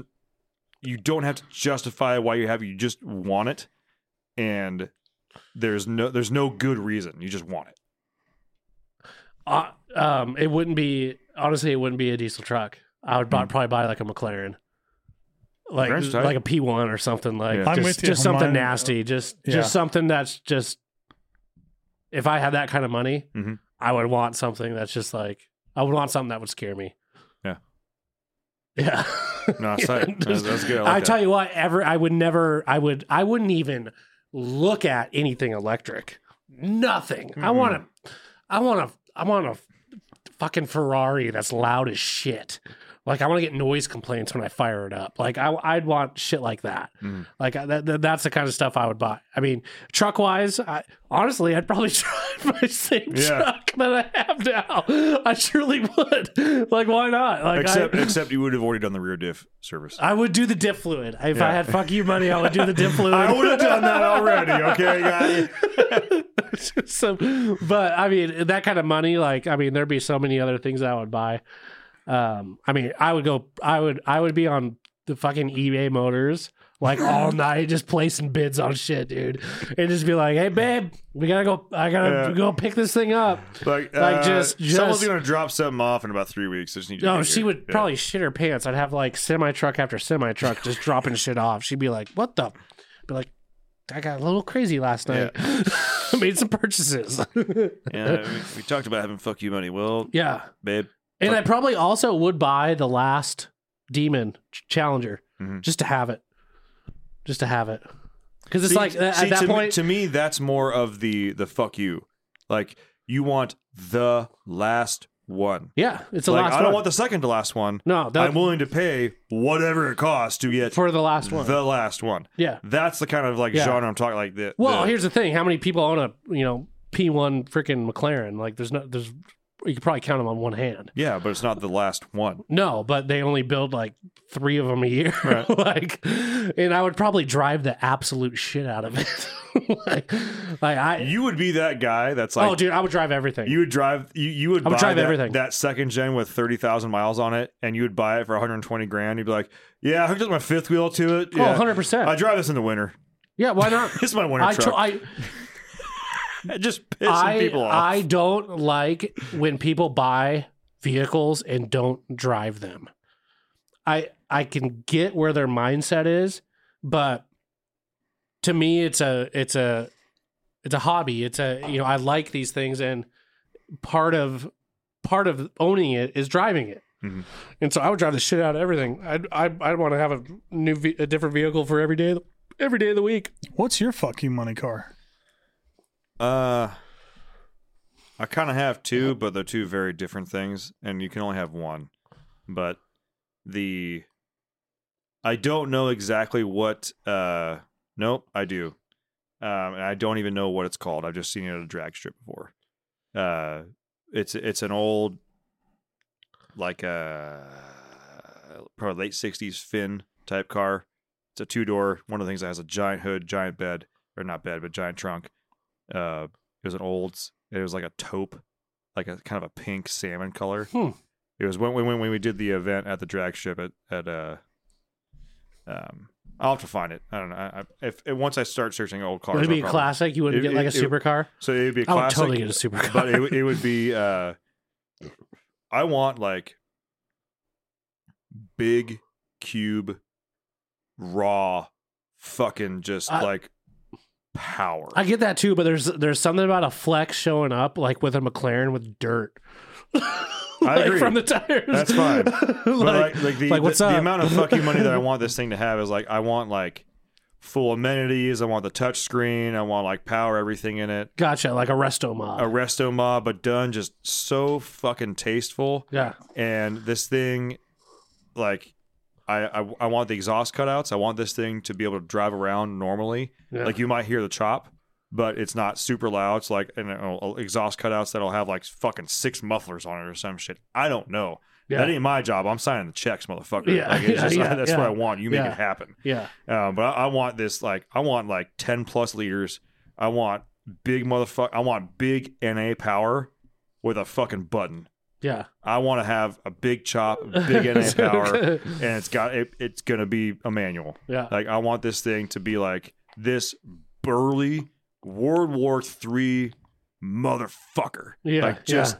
[SPEAKER 2] you don't have to justify why you have it. You just want it, and there's no there's no good reason. You just want it.
[SPEAKER 4] Uh, um, it wouldn't be honestly. It wouldn't be a diesel truck. I would
[SPEAKER 2] Mm.
[SPEAKER 4] buy, probably buy like a McLaren, like
[SPEAKER 2] McLaren's tight.
[SPEAKER 4] like a P one or something like
[SPEAKER 2] Yeah.
[SPEAKER 5] I'm
[SPEAKER 4] just,
[SPEAKER 5] with you.
[SPEAKER 4] just something
[SPEAKER 5] Mine-
[SPEAKER 2] uh,
[SPEAKER 4] nasty. Just
[SPEAKER 5] Yeah.
[SPEAKER 4] just something that's just. If I had that kind of money,
[SPEAKER 2] Mhm.
[SPEAKER 4] I would want something that's just like I would want something that would scare me.
[SPEAKER 2] Yeah.
[SPEAKER 4] Yeah. [LAUGHS]
[SPEAKER 2] No, that's, tight. that's, that's good. I, like
[SPEAKER 4] I
[SPEAKER 2] that.
[SPEAKER 4] tell you what, ever I would never, I would, I wouldn't even look at anything electric. Nothing. I want to, I want to, I want a fucking Ferrari that's loud as shit. Like I want to get noise complaints when I fire it up. Like I, I'd want shit like that.
[SPEAKER 2] Mhm.
[SPEAKER 4] Like I, that, that- that's the kind of stuff I would buy. I mean, truck wise, I, honestly, I'd probably [LAUGHS] drive my same
[SPEAKER 2] Yeah.
[SPEAKER 4] truck that I have now. I surely would. [LAUGHS] Like why not? Like
[SPEAKER 2] except
[SPEAKER 4] I,
[SPEAKER 2] except you would have already done the rear diff service.
[SPEAKER 4] I would do the dip fluid. If I had fuck you money, I would do the dip
[SPEAKER 2] [LAUGHS]
[SPEAKER 4] fluid.
[SPEAKER 2] I would have done that [LAUGHS] already. Okay, guys.
[SPEAKER 4] [LAUGHS] so, but I mean, that kind of money, like, I mean, there'd be so many other things I would buy. Um, I mean, I would go, I would, I would be on the fucking eBay motors
[SPEAKER 2] [LAUGHS]
[SPEAKER 4] like all night, just placing bids on shit, dude, and just be like, hey, babe, we gotta go, I gotta
[SPEAKER 2] Yeah.
[SPEAKER 4] go pick this thing up.
[SPEAKER 2] Like,
[SPEAKER 4] Like,
[SPEAKER 2] uh,
[SPEAKER 4] just-
[SPEAKER 2] someone's
[SPEAKER 4] just-
[SPEAKER 2] gonna drop something off in about three weeks. I just need you to
[SPEAKER 4] No,
[SPEAKER 2] get
[SPEAKER 4] she
[SPEAKER 2] here.
[SPEAKER 4] would
[SPEAKER 2] Yeah.
[SPEAKER 4] probably shit her pants. I'd have like semi truck after semi
[SPEAKER 2] [LAUGHS]
[SPEAKER 4] truck just dropping shit off. She'd be like, "What the?" Be like, "I got a little crazy last night. [LAUGHS] I made some purchases."
[SPEAKER 2] [LAUGHS]
[SPEAKER 4] [LAUGHS]
[SPEAKER 2] Yeah, we, we talked about having fuck you money. Well,
[SPEAKER 4] yeah,
[SPEAKER 2] babe,
[SPEAKER 4] and I probably also would buy the last demon ch- challenger
[SPEAKER 2] Mhm.
[SPEAKER 4] just to have it, just to have it, because it's
[SPEAKER 2] See-
[SPEAKER 4] like uh, at
[SPEAKER 2] see,
[SPEAKER 4] at that
[SPEAKER 2] to me-
[SPEAKER 4] point.
[SPEAKER 2] to me, that's more of the the fuck you. Like you want the last one.
[SPEAKER 4] yeah, it's the
[SPEAKER 2] like
[SPEAKER 4] last
[SPEAKER 2] I don't
[SPEAKER 4] one.
[SPEAKER 2] want the second to last one.
[SPEAKER 4] no, that,
[SPEAKER 2] I'm willing to pay whatever it costs to get
[SPEAKER 4] for the last one.
[SPEAKER 2] the last one.
[SPEAKER 4] yeah.
[SPEAKER 2] That's the kind of like
[SPEAKER 4] Yeah.
[SPEAKER 2] genre I'm talking like the,
[SPEAKER 4] Well,
[SPEAKER 2] the-
[SPEAKER 4] here's the thing: how many people own a you know P one freaking McLaren? Like, there's no, there's you could probably count them on one hand.
[SPEAKER 2] yeah, but it's not the last one.
[SPEAKER 4] No, but they only build like three of them a year. [LAUGHS] like, and I would probably drive the absolute shit out of it. [LAUGHS] like, like I,
[SPEAKER 2] You would be that guy that's like
[SPEAKER 4] oh, dude, I would drive everything.
[SPEAKER 2] You would drive. You, you would,
[SPEAKER 4] I would
[SPEAKER 2] buy
[SPEAKER 4] drive
[SPEAKER 2] that,
[SPEAKER 4] everything.
[SPEAKER 2] That second gen with thirty thousand miles on it, and you would buy it for one hundred twenty grand. You'd be like, "Yeah, I hooked up my fifth wheel to it.
[SPEAKER 4] oh,
[SPEAKER 2] Yeah,
[SPEAKER 4] 100 percent.
[SPEAKER 2] I drive this in the winter. [LAUGHS]
[SPEAKER 4] Yeah, why not?
[SPEAKER 2] This is my winter
[SPEAKER 4] I, to-
[SPEAKER 2] truck.
[SPEAKER 4] I,
[SPEAKER 2] [LAUGHS] Just pissing
[SPEAKER 4] I,
[SPEAKER 2] people off.
[SPEAKER 4] I don't like when people buy vehicles and don't drive them. I I can get where their mindset is, but to me it's a it's a it's a hobby. It's a you know, I like these things and part of part of owning it is driving it.
[SPEAKER 2] Mhm.
[SPEAKER 4] And so I would drive the shit out of everything. I'd I I'd want to have a new ve- a different vehicle for every day every day of the week.
[SPEAKER 5] What's your fuck you money car?
[SPEAKER 2] Uh, I kind of have two, but they're two very different things, and you can only have one. But the I don't know exactly what. Uh, nope, I do. Um, and I don't even know what it's called. I've just seen it at a drag strip before. Uh, it's it's an old, like a probably late '60s Finn type car. It's a two door. One of the things that has a giant hood, giant bed, or not bed, but giant trunk uh it was an old it was like a taupe like a kind of a pink salmon color
[SPEAKER 4] Hmm.
[SPEAKER 2] it was when, when when we did the event at the drag ship at at uh um i'll have to find it i don't know I, I, if, if once i start searching old cars
[SPEAKER 4] Would it be a
[SPEAKER 2] I'll probably-
[SPEAKER 4] classic? You wouldn't
[SPEAKER 2] It-
[SPEAKER 4] get like a
[SPEAKER 2] it- it-
[SPEAKER 4] supercar.
[SPEAKER 2] so it'd be a
[SPEAKER 4] I would
[SPEAKER 2] classic
[SPEAKER 4] Oh, totally get a supercar.
[SPEAKER 2] but
[SPEAKER 4] [LAUGHS]
[SPEAKER 2] it, would- it would be uh i want like big cube raw fucking just
[SPEAKER 4] I-
[SPEAKER 2] like power
[SPEAKER 4] I get that too, but there's there's something about a flex showing up like with a McLaren with dirt. [LAUGHS] like
[SPEAKER 2] agree.
[SPEAKER 4] from the tires.
[SPEAKER 2] That's
[SPEAKER 4] [LAUGHS]
[SPEAKER 2] fine.
[SPEAKER 4] like,
[SPEAKER 2] But like, like, the,
[SPEAKER 4] like,
[SPEAKER 2] the-
[SPEAKER 4] what's
[SPEAKER 2] the,
[SPEAKER 4] up?
[SPEAKER 2] amount of fucking money
[SPEAKER 4] [LAUGHS]
[SPEAKER 2] that I want this thing to have is like I want like full amenities. I want the touch screen. I want like power everything in it.
[SPEAKER 4] gotcha, like a resto
[SPEAKER 2] A
[SPEAKER 4] mod.
[SPEAKER 2] resto mob, but done just so fucking tasteful.
[SPEAKER 4] yeah.
[SPEAKER 2] And this thing, like, I, I I want the exhaust cutouts. I want this thing to be able to drive around normally.
[SPEAKER 4] Yeah.
[SPEAKER 2] Like you might hear the chop, but it's not super loud. It's like an uh, exhaust cutouts that'll have like fucking six mufflers on it or some shit. I don't know.
[SPEAKER 4] Yeah.
[SPEAKER 2] That ain't my job. I'm signing the checks, motherfucker.
[SPEAKER 4] Yeah,
[SPEAKER 2] Like, it's
[SPEAKER 4] [LAUGHS] yeah,
[SPEAKER 2] just-
[SPEAKER 4] yeah,
[SPEAKER 2] that's
[SPEAKER 4] yeah.
[SPEAKER 2] what I want. You make
[SPEAKER 4] Yeah.
[SPEAKER 2] it happen.
[SPEAKER 4] yeah.
[SPEAKER 2] Um, but I, I want this like I want like ten plus liters. I want big motherfucker. I want big NA power with a fucking button.
[SPEAKER 4] Yeah.
[SPEAKER 2] I want to have a big chop, big
[SPEAKER 4] [LAUGHS]
[SPEAKER 2] NA
[SPEAKER 4] So
[SPEAKER 2] power,
[SPEAKER 4] good.
[SPEAKER 2] and it's got it, it's gonna be a manual.
[SPEAKER 4] Yeah.
[SPEAKER 2] Like I want this thing to be like this burly World War Three motherfucker.
[SPEAKER 4] Yeah,
[SPEAKER 2] Like just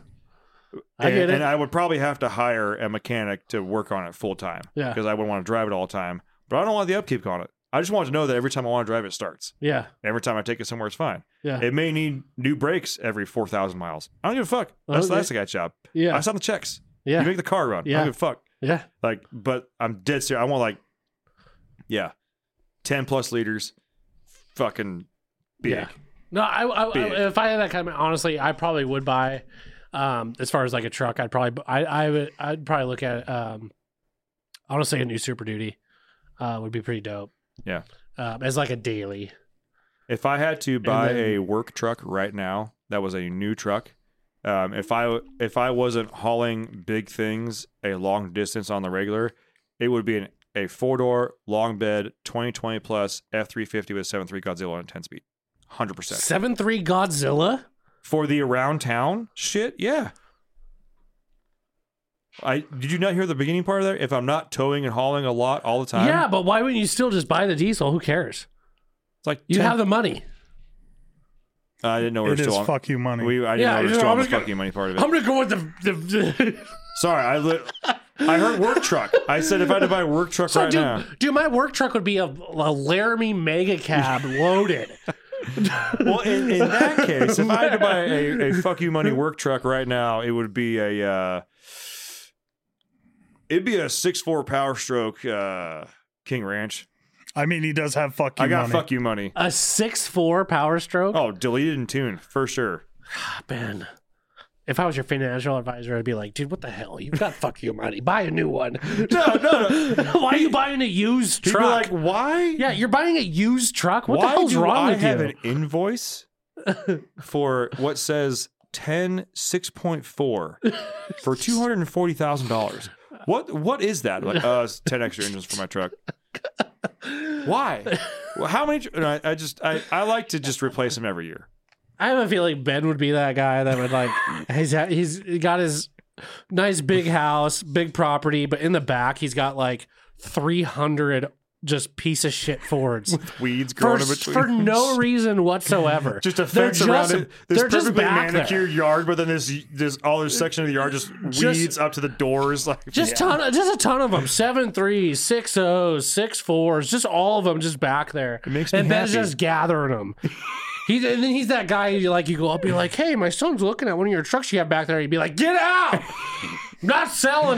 [SPEAKER 4] I
[SPEAKER 2] and,
[SPEAKER 4] get it.
[SPEAKER 2] and I would probably have to hire a mechanic to work on it full time.
[SPEAKER 4] Yeah.
[SPEAKER 2] Because I would want to drive it all the time. But I don't want the upkeep on it. I just want to know that every time I want to drive it it starts.
[SPEAKER 4] yeah.
[SPEAKER 2] Every time I take it somewhere it's fine.
[SPEAKER 4] Yeah.
[SPEAKER 2] It may need new brakes every four thousand miles. I don't give a fuck. That's
[SPEAKER 4] Okay.
[SPEAKER 2] that's the guy's job.
[SPEAKER 4] Oh, Yeah.
[SPEAKER 2] I sign the checks.
[SPEAKER 4] Yeah.
[SPEAKER 2] You make the car run. I
[SPEAKER 4] Yeah.
[SPEAKER 2] don't give a fuck.
[SPEAKER 4] yeah.
[SPEAKER 2] Like, but I'm dead serious. I want like, yeah, ten plus liters, fucking big.
[SPEAKER 4] Yeah. No, I, I,
[SPEAKER 2] Big.
[SPEAKER 4] I if I had that kind of honestly, I probably would buy. Um, as far as like a truck, I'd probably I I would I'd probably look at um, honestly a new Super Duty, uh, would be pretty dope.
[SPEAKER 2] Yeah.
[SPEAKER 4] Um, as like a daily.
[SPEAKER 2] If I had to buy
[SPEAKER 4] then-
[SPEAKER 2] a work truck right now, that was a new truck. Um, if I if I wasn't hauling big things a long distance on the regular, it would be an, a four door long bed 2020 plus F 350 with 7.3 Godzilla and 10 speed, hundred percent
[SPEAKER 4] Seven three Godzilla.
[SPEAKER 2] for the around town shit. Yeah. I did you not hear the beginning part of there? If I'm not towing and hauling a lot all the time,
[SPEAKER 4] Yeah, but why wouldn't you still just buy the diesel? Who cares?
[SPEAKER 2] it's like
[SPEAKER 4] You
[SPEAKER 2] 10
[SPEAKER 4] have the money.
[SPEAKER 2] I didn't know we were
[SPEAKER 5] It is
[SPEAKER 2] still on.
[SPEAKER 5] fuck you money.
[SPEAKER 2] We, I didn't
[SPEAKER 4] Yeah,
[SPEAKER 2] know we
[SPEAKER 4] you
[SPEAKER 2] were
[SPEAKER 4] know,
[SPEAKER 2] still on
[SPEAKER 4] I'm
[SPEAKER 2] the
[SPEAKER 4] just gonna-
[SPEAKER 2] fucking money part of it.
[SPEAKER 4] I'm gonna go with the. the, the- [LAUGHS]
[SPEAKER 2] Sorry, I li- I heard work truck. I said if I had to buy a work truck
[SPEAKER 4] so,
[SPEAKER 2] right
[SPEAKER 4] dude,
[SPEAKER 2] now,
[SPEAKER 4] dude, my work truck would be a, a Laramie mega
[SPEAKER 2] [LAUGHS]
[SPEAKER 4] cab loaded.
[SPEAKER 2] well, in, in that case, if I had to buy a, a fuck you money work truck right now, it would be a uh, it'd be a six four Power Stroke uh, King Ranch.
[SPEAKER 5] I mean, he does have fuck you
[SPEAKER 2] I got
[SPEAKER 5] money.
[SPEAKER 2] fuck you money.
[SPEAKER 4] A six four Power Stroke.
[SPEAKER 2] Oh, deleted and tuned for sure.
[SPEAKER 4] man. If I was your financial advisor, I'd be like, dude, what the hell? You've got fuck your money. Buy a new one. no, no, no. [LAUGHS] Why are you buying a used
[SPEAKER 2] He'd be like,
[SPEAKER 4] truck?
[SPEAKER 2] why?
[SPEAKER 4] yeah, you're buying a used truck. What
[SPEAKER 2] why
[SPEAKER 4] the hell's
[SPEAKER 2] do
[SPEAKER 4] wrong
[SPEAKER 2] I
[SPEAKER 4] with
[SPEAKER 2] have
[SPEAKER 4] you?
[SPEAKER 2] an
[SPEAKER 4] [LAUGHS]
[SPEAKER 2] invoice for what says ten six point four
[SPEAKER 4] [LAUGHS]
[SPEAKER 2] for two hundred and forty thousand dollars? What what is that? Like, uh, it's ten extra engines for my truck. Why? Well, how many? tr- and I, I just I, I like to just replace them every year.
[SPEAKER 4] I have a feeling Ben would be that guy that
[SPEAKER 2] [LAUGHS]
[SPEAKER 4] would like he's ha- he's got his nice big house, big property, but in the back he's got like 300 just piece of shit Fords
[SPEAKER 2] Weeds
[SPEAKER 4] for,
[SPEAKER 2] growing in between.
[SPEAKER 4] for no reason whatsoever.
[SPEAKER 2] [LAUGHS] just a
[SPEAKER 4] They're
[SPEAKER 2] fence around
[SPEAKER 4] just-
[SPEAKER 2] it. This
[SPEAKER 4] they're just
[SPEAKER 2] perfectly
[SPEAKER 4] back there.
[SPEAKER 2] manicured yard, but then this this all this section of the yard just
[SPEAKER 4] Just-
[SPEAKER 2] weeds up to the doors. Like
[SPEAKER 4] Just ton, of, just a ton of them. Seven threes, six O's, six fours, just all of them, just back there. It
[SPEAKER 2] makes me
[SPEAKER 4] and Ben's
[SPEAKER 2] happy.
[SPEAKER 4] just gathering them.
[SPEAKER 2] [LAUGHS]
[SPEAKER 4] He's, and then he's that guy you like. You go up, you're like, "Hey, my son's looking at one of your trucks you have back there." He'd be like, "Get out! Not selling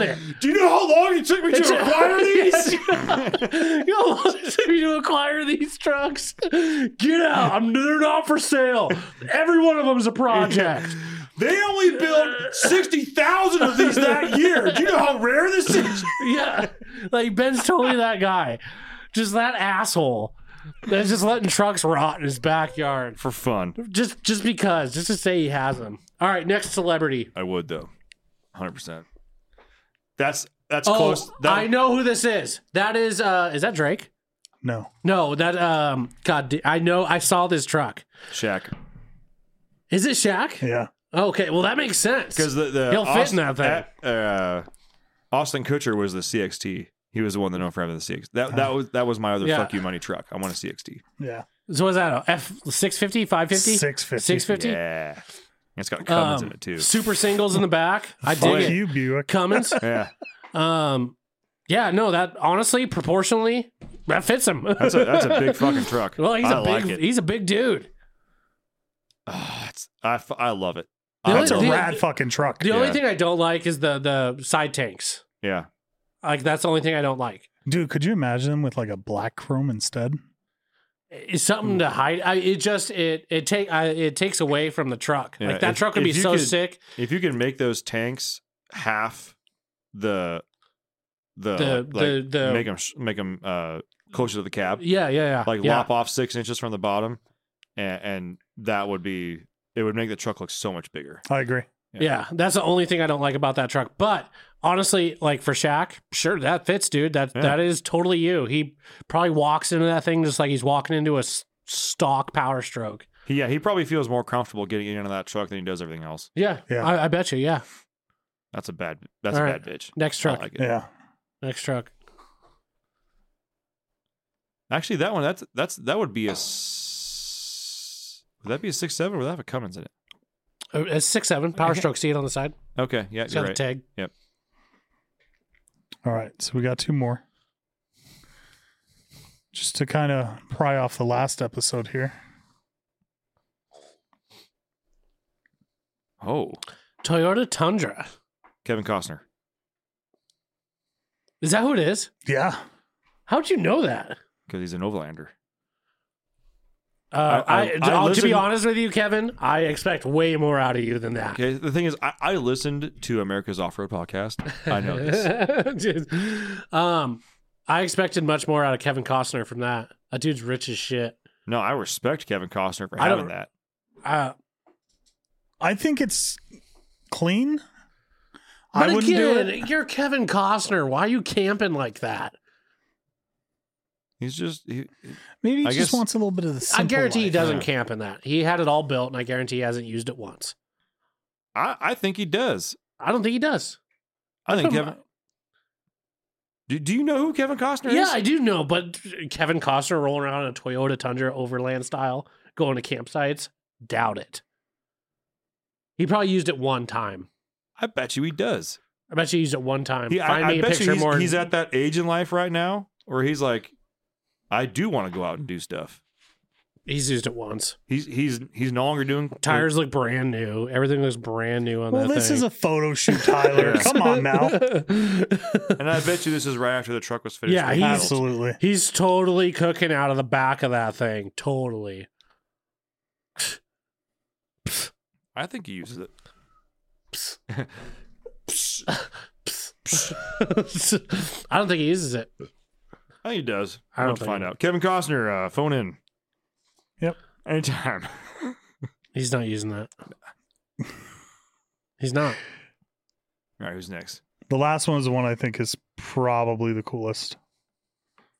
[SPEAKER 2] [LAUGHS]
[SPEAKER 4] it.
[SPEAKER 2] Do you know how long it took me to
[SPEAKER 4] [LAUGHS]
[SPEAKER 2] acquire these?
[SPEAKER 4] you know how long it took me to acquire these trucks? Get out. I'm, they're not for sale. Every one of them is a project.
[SPEAKER 2] They only built 60,000 of these that year. Do you know how rare this is?
[SPEAKER 4] yeah. Like Ben's totally that guy. Just that asshole. That's just letting trucks rot in his backyard.
[SPEAKER 2] For fun.
[SPEAKER 4] Just just because. Just to say he has them. All right, next celebrity.
[SPEAKER 2] I would though. 100%. That's that's
[SPEAKER 4] Oh,
[SPEAKER 2] close. That,
[SPEAKER 4] I know who this is. That is uh is that Drake?
[SPEAKER 5] No.
[SPEAKER 4] No, that um god da- I know I saw this truck.
[SPEAKER 2] Shaq.
[SPEAKER 4] Is it Shaq?
[SPEAKER 5] Yeah.
[SPEAKER 4] Okay, well that makes sense.
[SPEAKER 2] Because the, the
[SPEAKER 4] He'll fit in that thing.
[SPEAKER 2] uh, Austin Kutcher was the CXT. He was the one that owned forever the CXT. That that was that was my other
[SPEAKER 4] Yeah.
[SPEAKER 2] fuck you money truck. I want a CXT.
[SPEAKER 5] Yeah.
[SPEAKER 4] so what's that? a F 650, 550?
[SPEAKER 5] 650.
[SPEAKER 4] 650?
[SPEAKER 2] Yeah. And It's got Cummins
[SPEAKER 4] Um,
[SPEAKER 2] in it too.
[SPEAKER 4] Super singles in the back. I
[SPEAKER 5] Fuck
[SPEAKER 4] dig it.
[SPEAKER 5] you, Buick.
[SPEAKER 4] Cummins.
[SPEAKER 2] Yeah.
[SPEAKER 4] Um, yeah, no, that honestly, proportionally, that fits him.
[SPEAKER 2] That's a that's a big fucking truck.
[SPEAKER 4] [LAUGHS] well, he's
[SPEAKER 2] I
[SPEAKER 4] a big,
[SPEAKER 2] like it.
[SPEAKER 4] he's a big dude.
[SPEAKER 2] Ah, it's- I, f- I love it.
[SPEAKER 4] The
[SPEAKER 2] I
[SPEAKER 4] only-
[SPEAKER 5] That's a
[SPEAKER 2] love
[SPEAKER 4] the-
[SPEAKER 2] it.
[SPEAKER 5] rad fucking truck.
[SPEAKER 4] The only
[SPEAKER 2] Yeah.
[SPEAKER 4] thing I don't like is the the side tanks.
[SPEAKER 2] Yeah.
[SPEAKER 4] Like that's the only thing I don't like.
[SPEAKER 5] Dude, could you imagine them with like a black chrome instead?
[SPEAKER 4] It's something
[SPEAKER 2] Mm.
[SPEAKER 4] to hide. I, it just it it take I, it takes away from the truck.
[SPEAKER 2] Yeah,
[SPEAKER 4] like that
[SPEAKER 2] if-
[SPEAKER 4] truck would
[SPEAKER 2] if
[SPEAKER 4] be
[SPEAKER 2] you
[SPEAKER 4] so
[SPEAKER 2] could-
[SPEAKER 4] sick.
[SPEAKER 2] If you can make those tanks half the the
[SPEAKER 4] The- the-
[SPEAKER 2] uh, like,
[SPEAKER 4] the-
[SPEAKER 2] make them make them uh, closer to the cab.
[SPEAKER 4] Yeah, yeah, yeah.
[SPEAKER 2] like
[SPEAKER 4] yeah.
[SPEAKER 2] lop off six inches from the bottom, and, and that would be it would make the truck look so much bigger.
[SPEAKER 5] I agree.
[SPEAKER 4] Yeah. that's the only thing I don't like about that truck. But honestly, like for Shaq, sure that fits, dude. That
[SPEAKER 2] Yeah.
[SPEAKER 4] that is totally you. He probably walks into that thing just like he's walking into a s- stock Power Stroke.
[SPEAKER 2] He, yeah, he probably feels more comfortable getting in into that truck than he does everything else.
[SPEAKER 4] Yeah,
[SPEAKER 5] Yeah.
[SPEAKER 4] I, I bet you. Yeah,
[SPEAKER 2] That's a bad. That's
[SPEAKER 4] All
[SPEAKER 2] a
[SPEAKER 4] right.
[SPEAKER 2] bad bitch.
[SPEAKER 4] next
[SPEAKER 2] I
[SPEAKER 4] truck,
[SPEAKER 2] like it.
[SPEAKER 5] Yeah.
[SPEAKER 4] next truck.
[SPEAKER 2] Actually, that one that's that's that would be a. s- Would that be a six seven? Would that have a Cummins in it?
[SPEAKER 4] Uh, It's
[SPEAKER 2] [LAUGHS]
[SPEAKER 4] six seven Power Stroke. See it on the side.
[SPEAKER 2] Okay, yeah,
[SPEAKER 4] It's
[SPEAKER 2] you're
[SPEAKER 4] got
[SPEAKER 2] right.
[SPEAKER 4] the tag.
[SPEAKER 5] All right. So we got two more. Just to kind of pry off the last episode here.
[SPEAKER 2] oh,
[SPEAKER 4] Toyota Tundra.
[SPEAKER 2] Kevin Costner.
[SPEAKER 4] Is that who it is?
[SPEAKER 5] Yeah.
[SPEAKER 4] How'd you know that?
[SPEAKER 2] Because he's an Overlander.
[SPEAKER 4] Uh,
[SPEAKER 2] I-
[SPEAKER 4] I,
[SPEAKER 2] I- I
[SPEAKER 4] I'll- to
[SPEAKER 2] listened-
[SPEAKER 4] be honest with you, Kevin, I expect way more out of you than that.
[SPEAKER 2] Okay, the thing is, I, I listened to America's Off Road podcast. I know
[SPEAKER 4] [LAUGHS]
[SPEAKER 2] this.
[SPEAKER 4] Dude. um, I expected much more out of Kevin Costner from that. That dude's rich as shit.
[SPEAKER 2] No, I respect Kevin Costner for
[SPEAKER 4] I
[SPEAKER 2] having
[SPEAKER 4] don't-
[SPEAKER 2] that.
[SPEAKER 4] Uh,
[SPEAKER 5] I think it's clean.
[SPEAKER 4] but
[SPEAKER 5] I wouldn't do
[SPEAKER 4] again,
[SPEAKER 5] it.
[SPEAKER 4] you're Kevin Costner. Why are you camping like that?
[SPEAKER 2] He's just he,
[SPEAKER 5] Maybe he
[SPEAKER 2] I
[SPEAKER 5] just
[SPEAKER 2] guess-
[SPEAKER 5] wants a little bit of the simple
[SPEAKER 4] I guarantee he
[SPEAKER 5] life.
[SPEAKER 4] doesn't camp in that. He had it all built, and I guarantee he hasn't used it once.
[SPEAKER 2] I, I think he does.
[SPEAKER 4] I don't think he does.
[SPEAKER 2] I think
[SPEAKER 4] [LAUGHS] what
[SPEAKER 2] Kevin. Do, do you know who Kevin Costner
[SPEAKER 4] Yeah,
[SPEAKER 2] is?
[SPEAKER 4] I do know, but Kevin Costner rolling around in a Toyota Tundra overland style, going to campsites, doubt it. He probably used it one time.
[SPEAKER 2] I bet you he does.
[SPEAKER 4] I bet you used it one time.
[SPEAKER 2] He,
[SPEAKER 4] Find
[SPEAKER 2] I, I
[SPEAKER 4] me a
[SPEAKER 2] bet
[SPEAKER 4] picture
[SPEAKER 2] you he's,
[SPEAKER 4] more.
[SPEAKER 2] he's at that age in life right now where he's like, I do want to go out and do stuff.
[SPEAKER 4] he's used it once.
[SPEAKER 2] He's he's he's no longer doing
[SPEAKER 4] Tires look brand new. Everything looks brand new on
[SPEAKER 5] Well,
[SPEAKER 4] that
[SPEAKER 5] this
[SPEAKER 4] thing.
[SPEAKER 5] is a photo shoot, Tyler.
[SPEAKER 2] [LAUGHS] Yeah.
[SPEAKER 5] Come on
[SPEAKER 2] [LAUGHS]
[SPEAKER 5] now.
[SPEAKER 2] And I bet you this is right after the truck was finished.
[SPEAKER 4] Yeah,
[SPEAKER 2] being
[SPEAKER 4] he's-
[SPEAKER 2] built.
[SPEAKER 5] Absolutely.
[SPEAKER 4] [LAUGHS] He's totally cooking out of the back of that thing. Totally. [LAUGHS]
[SPEAKER 2] I think he uses it.
[SPEAKER 4] I don't think he uses it.
[SPEAKER 2] I think he does.
[SPEAKER 4] I
[SPEAKER 2] We'll
[SPEAKER 4] don't
[SPEAKER 2] have to
[SPEAKER 4] think
[SPEAKER 2] find
[SPEAKER 4] he-
[SPEAKER 2] out. Kevin Costner, uh, phone in.
[SPEAKER 5] Yep.
[SPEAKER 2] Anytime.
[SPEAKER 4] He's not using that. He's not.
[SPEAKER 2] All right, who's next?
[SPEAKER 5] The last one is the one I think is probably the coolest.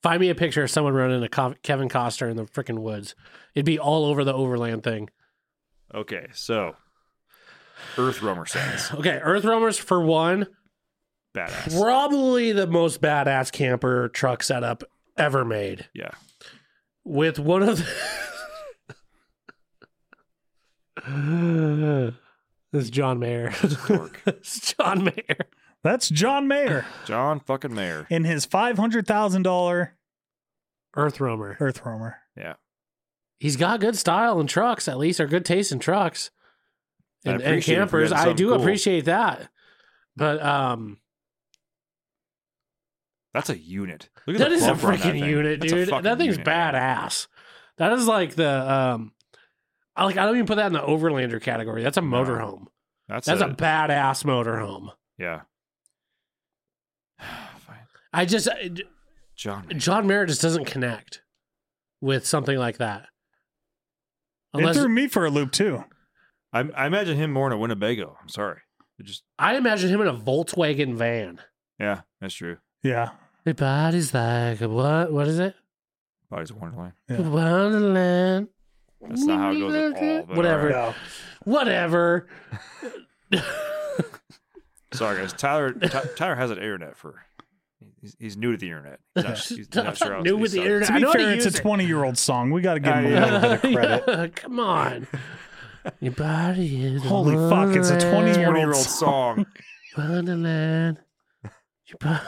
[SPEAKER 4] Find me a picture of someone running a Co- Kevin Costner in the freaking woods. It'd be all over the overland thing.
[SPEAKER 2] Okay, so Earth Roamer sounds
[SPEAKER 4] Okay, Earth Roamers for one,
[SPEAKER 2] badass.
[SPEAKER 4] probably the most badass camper truck setup ever made.
[SPEAKER 2] Yeah.
[SPEAKER 4] with one of the [LAUGHS] this is John Mayer.
[SPEAKER 2] Dork.
[SPEAKER 4] It's John Mayer.
[SPEAKER 5] That's John Mayer
[SPEAKER 2] John fucking Mayer.
[SPEAKER 5] in his $500,000
[SPEAKER 4] Earth Roamer.
[SPEAKER 5] Earth Roamer.
[SPEAKER 4] He's got good style in trucks, at least, or good taste in trucks.
[SPEAKER 2] I
[SPEAKER 4] And, and
[SPEAKER 2] appreciate it if we
[SPEAKER 4] campers.
[SPEAKER 2] had
[SPEAKER 4] I
[SPEAKER 2] something
[SPEAKER 4] do
[SPEAKER 2] cool.
[SPEAKER 4] appreciate that. But um,
[SPEAKER 2] That's a unit. Look at
[SPEAKER 4] that
[SPEAKER 2] the
[SPEAKER 4] is a
[SPEAKER 2] bumper on that
[SPEAKER 4] freaking
[SPEAKER 2] thing.
[SPEAKER 4] unit,
[SPEAKER 2] That's a
[SPEAKER 4] dude.
[SPEAKER 2] fucking
[SPEAKER 4] That thing's
[SPEAKER 2] unit, man.
[SPEAKER 4] badass. That is like the um, I like I don't even put that in the overlander category. That's a motorhome.
[SPEAKER 2] That's,
[SPEAKER 4] That's
[SPEAKER 2] a,
[SPEAKER 4] a badass motorhome.
[SPEAKER 2] yeah. Fine.
[SPEAKER 4] I just
[SPEAKER 2] John. Mayer.
[SPEAKER 4] John Mayer just doesn't connect with something like that. Unless
[SPEAKER 5] it threw me for a loop too.
[SPEAKER 2] I, I imagine him more in a Winnebago. I'm sorry. It just
[SPEAKER 4] I imagine him in a Volkswagen van.
[SPEAKER 2] yeah, that's true.
[SPEAKER 5] Yeah.
[SPEAKER 4] The body's like a what? What is it?
[SPEAKER 2] Body's a wonderland.
[SPEAKER 5] Yeah.
[SPEAKER 4] Wonderland.
[SPEAKER 2] That's not how it goes at all. but uh,
[SPEAKER 4] Whatever.
[SPEAKER 2] all right.
[SPEAKER 5] No.
[SPEAKER 4] Whatever.
[SPEAKER 2] Sorry guys.
[SPEAKER 4] [LAUGHS]
[SPEAKER 2] Tyler Ty- Tyler has an internet for. He's, he's new to the internet. He's
[SPEAKER 4] [LAUGHS]
[SPEAKER 2] not, he's not sure how
[SPEAKER 4] New
[SPEAKER 2] he's
[SPEAKER 4] with the
[SPEAKER 2] not-
[SPEAKER 4] internet.
[SPEAKER 5] To
[SPEAKER 4] I
[SPEAKER 5] be
[SPEAKER 4] know how
[SPEAKER 5] fair,
[SPEAKER 4] to
[SPEAKER 5] it's
[SPEAKER 4] use
[SPEAKER 5] a
[SPEAKER 4] it.
[SPEAKER 5] 20 year old song. We got to give
[SPEAKER 2] Uh,
[SPEAKER 5] him a little [LAUGHS] bit
[SPEAKER 2] [LAUGHS]
[SPEAKER 5] of credit.
[SPEAKER 4] Yeah, come on. [LAUGHS] Your body is a
[SPEAKER 5] Holy fuck, it's a 20
[SPEAKER 2] 20
[SPEAKER 5] year old
[SPEAKER 2] year old
[SPEAKER 5] song.
[SPEAKER 4] [LAUGHS]
[SPEAKER 2] song.
[SPEAKER 4] wonderland. Your body.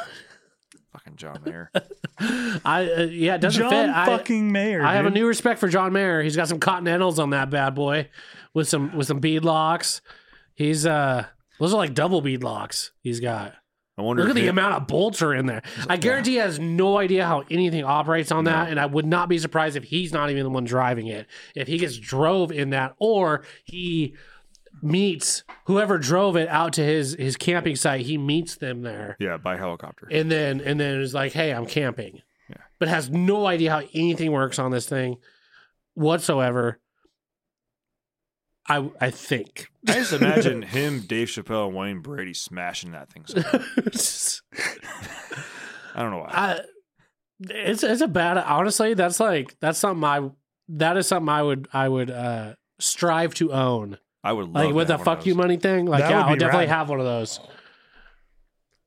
[SPEAKER 2] Fucking John Mayer.
[SPEAKER 4] [LAUGHS] I uh, yeah, it doesn't
[SPEAKER 5] John
[SPEAKER 4] fit. I-
[SPEAKER 5] fucking Mayer.
[SPEAKER 4] I have a
[SPEAKER 5] dude.
[SPEAKER 4] new respect for John Mayer. He's got some continentals on that bad boy with some with some bead locks. He's uh those are like double bead locks he's got.
[SPEAKER 2] I wonder
[SPEAKER 4] Look
[SPEAKER 2] if
[SPEAKER 4] at the
[SPEAKER 2] it-
[SPEAKER 4] amount of bolts are in there. I guarantee he has no idea how anything operates on that, and I would not be surprised if he's not even the one driving it. If he gets drove in that, or he meets whoever drove it out to his his camping site, he meets them there
[SPEAKER 2] Yeah, by helicopter.
[SPEAKER 4] and then and then it's like, hey, I'm camping, but has no idea how anything works on this thing whatsoever. I I think
[SPEAKER 2] I just
[SPEAKER 4] [LAUGHS]
[SPEAKER 2] imagine him, Dave Chappelle, and Wayne Brady smashing that thing. somehow. [LAUGHS]
[SPEAKER 4] [LAUGHS]
[SPEAKER 2] I don't know why.
[SPEAKER 4] I it's it's a bad honestly. That's like that's something I that is something I would I would uh strive to own.
[SPEAKER 2] I would love
[SPEAKER 4] Like with
[SPEAKER 2] to
[SPEAKER 4] the
[SPEAKER 2] have one of
[SPEAKER 4] fuck you
[SPEAKER 2] those.
[SPEAKER 4] money thing. Like
[SPEAKER 5] That
[SPEAKER 4] yeah,
[SPEAKER 5] would
[SPEAKER 4] I'll
[SPEAKER 5] be
[SPEAKER 4] definitely
[SPEAKER 5] rad.
[SPEAKER 4] have one of those.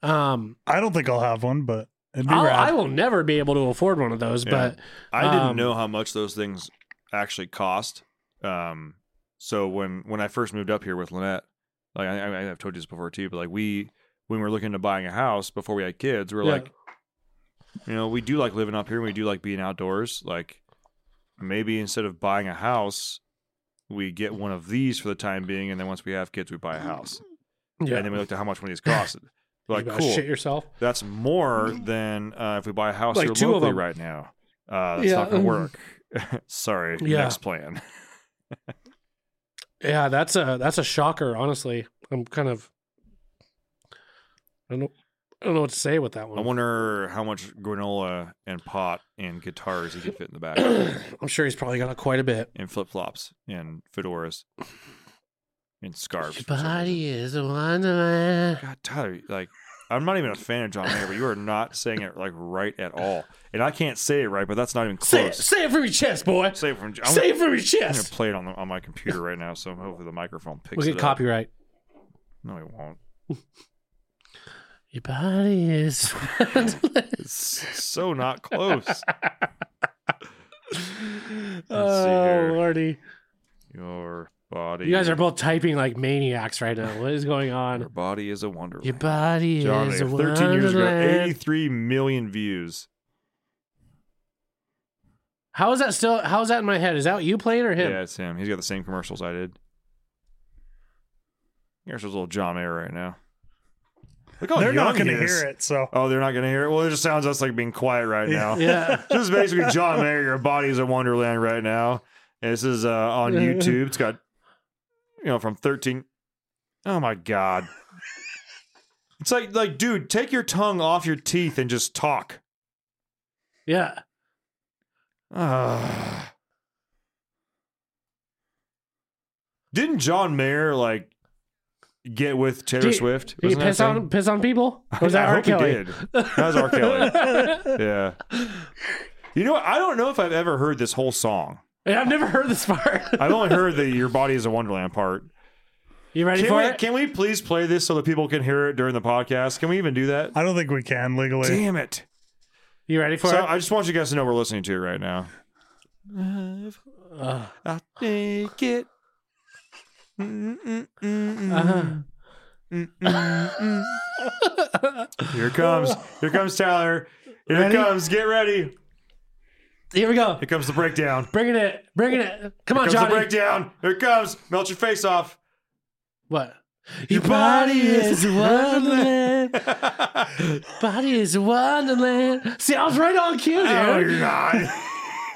[SPEAKER 4] Um,
[SPEAKER 5] I don't think I'll have one, but it'd be
[SPEAKER 4] I'll,
[SPEAKER 5] rad.
[SPEAKER 4] I will never be able to afford one of those,
[SPEAKER 2] Yeah.
[SPEAKER 4] but
[SPEAKER 2] I didn't
[SPEAKER 4] Um,
[SPEAKER 2] know how much those things actually cost. Um, so when when I first moved up here with Lynette, like I, I, I've told you this before too, but like we when we were looking into buying a house before we had kids, we were
[SPEAKER 4] Yeah.
[SPEAKER 2] like, you know, we do like living up here, and we do like being outdoors. Like maybe instead of buying a house, we get one of these for the time being, and then once we have kids, we buy a house.
[SPEAKER 4] yeah,
[SPEAKER 2] And then we looked at how much one of these costed. We're
[SPEAKER 4] you
[SPEAKER 2] like
[SPEAKER 4] gotta
[SPEAKER 2] cool,
[SPEAKER 4] shit yourself.
[SPEAKER 2] that's more than uh, if we buy a house
[SPEAKER 4] Like
[SPEAKER 2] here
[SPEAKER 4] two of
[SPEAKER 2] locally
[SPEAKER 4] them.
[SPEAKER 2] right now. Uh, that's
[SPEAKER 4] Yeah,
[SPEAKER 2] not gonna
[SPEAKER 4] um,
[SPEAKER 2] work. [LAUGHS] Sorry,
[SPEAKER 4] Yeah.
[SPEAKER 2] next plan.
[SPEAKER 4] Yeah, that's a that's a shocker. Honestly, I'm kind of I don't know, I don't know what to say with that
[SPEAKER 2] I
[SPEAKER 4] one.
[SPEAKER 2] wonder how much granola and pot and guitars he could fit in the back,
[SPEAKER 4] [CLEARS THROAT] I'm sure he's probably got quite a bit.
[SPEAKER 2] and flip flops and fedoras and scarves.
[SPEAKER 4] Your
[SPEAKER 2] for some
[SPEAKER 4] body
[SPEAKER 2] reason.
[SPEAKER 4] is a wonderland.
[SPEAKER 2] God, Tyler, like I'm not even a fan of John Mayer, but you are not saying it like right at all, and I can't say it right, but that's not even
[SPEAKER 4] Say it,
[SPEAKER 2] close.
[SPEAKER 4] say it from your chest, boy.
[SPEAKER 2] Say it from. I'm,
[SPEAKER 4] say it from your
[SPEAKER 2] I'm gonna
[SPEAKER 4] chest.
[SPEAKER 2] play it on the, on my computer right now, so hopefully the microphone picks
[SPEAKER 4] We'll
[SPEAKER 2] it
[SPEAKER 4] get
[SPEAKER 2] up.
[SPEAKER 4] copyright.
[SPEAKER 2] No, it won't.
[SPEAKER 4] Your body
[SPEAKER 2] [LAUGHS]
[SPEAKER 4] is. [LAUGHS]
[SPEAKER 2] It's so not close.
[SPEAKER 4] oh
[SPEAKER 2] here.
[SPEAKER 4] lordy,
[SPEAKER 2] Your body.
[SPEAKER 4] you guys are both typing like maniacs right now. What is going
[SPEAKER 2] Your
[SPEAKER 4] on?
[SPEAKER 2] body is a wonder.
[SPEAKER 4] Your body
[SPEAKER 2] John
[SPEAKER 4] is
[SPEAKER 2] Mayer,
[SPEAKER 4] a
[SPEAKER 2] 13 years ago,
[SPEAKER 4] wonderland.
[SPEAKER 2] 83 million views.
[SPEAKER 4] How is that still? How is that in my head? Is that you playing or him?
[SPEAKER 2] Yeah, it's him. He's got the same commercials I did. Here's his little John Mayer right now. Look how
[SPEAKER 5] They're not
[SPEAKER 2] young
[SPEAKER 5] going
[SPEAKER 2] he
[SPEAKER 5] to
[SPEAKER 2] is.
[SPEAKER 5] hear it, so.
[SPEAKER 2] Oh, they're not going to hear it? Well, it just sounds us like being quiet right now.
[SPEAKER 4] [LAUGHS] yeah.
[SPEAKER 2] [LAUGHS] this is basically John Mayer. Your body is a wonderland right now. And this is uh,
[SPEAKER 4] [LAUGHS]
[SPEAKER 2] on YouTube. It's got, you know, from 13. Oh my
[SPEAKER 4] [LAUGHS]
[SPEAKER 2] god! It's like, like, dude, take your tongue off your teeth and just talk. [SIGHS]
[SPEAKER 4] Yeah.
[SPEAKER 2] Ugh. Didn't John Mayer like get with Taylor
[SPEAKER 4] Did-
[SPEAKER 2] Swift?
[SPEAKER 4] Did he
[SPEAKER 2] Wasn't that
[SPEAKER 4] piss
[SPEAKER 2] a
[SPEAKER 4] on
[SPEAKER 2] thing?
[SPEAKER 4] piss
[SPEAKER 2] [LAUGHS]
[SPEAKER 4] on people? Or was that
[SPEAKER 2] I
[SPEAKER 4] R.
[SPEAKER 2] hope
[SPEAKER 4] Kelly?
[SPEAKER 2] he did. That was R. Kelly.
[SPEAKER 4] [LAUGHS]
[SPEAKER 2] Yeah. You know what? I don't know if I've ever heard this whole song.
[SPEAKER 4] Yeah, I've never heard this part.
[SPEAKER 2] [LAUGHS] I've only heard the "Your Body Is a Wonderland" part.
[SPEAKER 4] you ready
[SPEAKER 2] Can
[SPEAKER 4] for
[SPEAKER 2] we,
[SPEAKER 4] it?
[SPEAKER 2] can we please play this so that people can hear it during the podcast? Can we even do that?
[SPEAKER 5] I don't think we can legally.
[SPEAKER 2] Damn it!
[SPEAKER 4] You ready for
[SPEAKER 2] So
[SPEAKER 4] it?
[SPEAKER 2] I just want you guys to know we're listening to it right now.
[SPEAKER 4] Uh-huh.
[SPEAKER 2] I think it.
[SPEAKER 4] Uh-huh.
[SPEAKER 2] Here it comes. Here comes Tyler. Here it comes. Get ready.
[SPEAKER 4] Here we go.
[SPEAKER 2] Here comes the breakdown.
[SPEAKER 4] Bringing it. Bringing it. Come on,
[SPEAKER 2] Here comes the
[SPEAKER 4] Johnny.
[SPEAKER 2] breakdown. Here it comes. Melt your face off.
[SPEAKER 4] What? Your body is a wonderland. [LAUGHS] body is a wonderland. See, I was right on cue, dude.
[SPEAKER 5] Oh,
[SPEAKER 3] No, you're not.
[SPEAKER 4] [LAUGHS]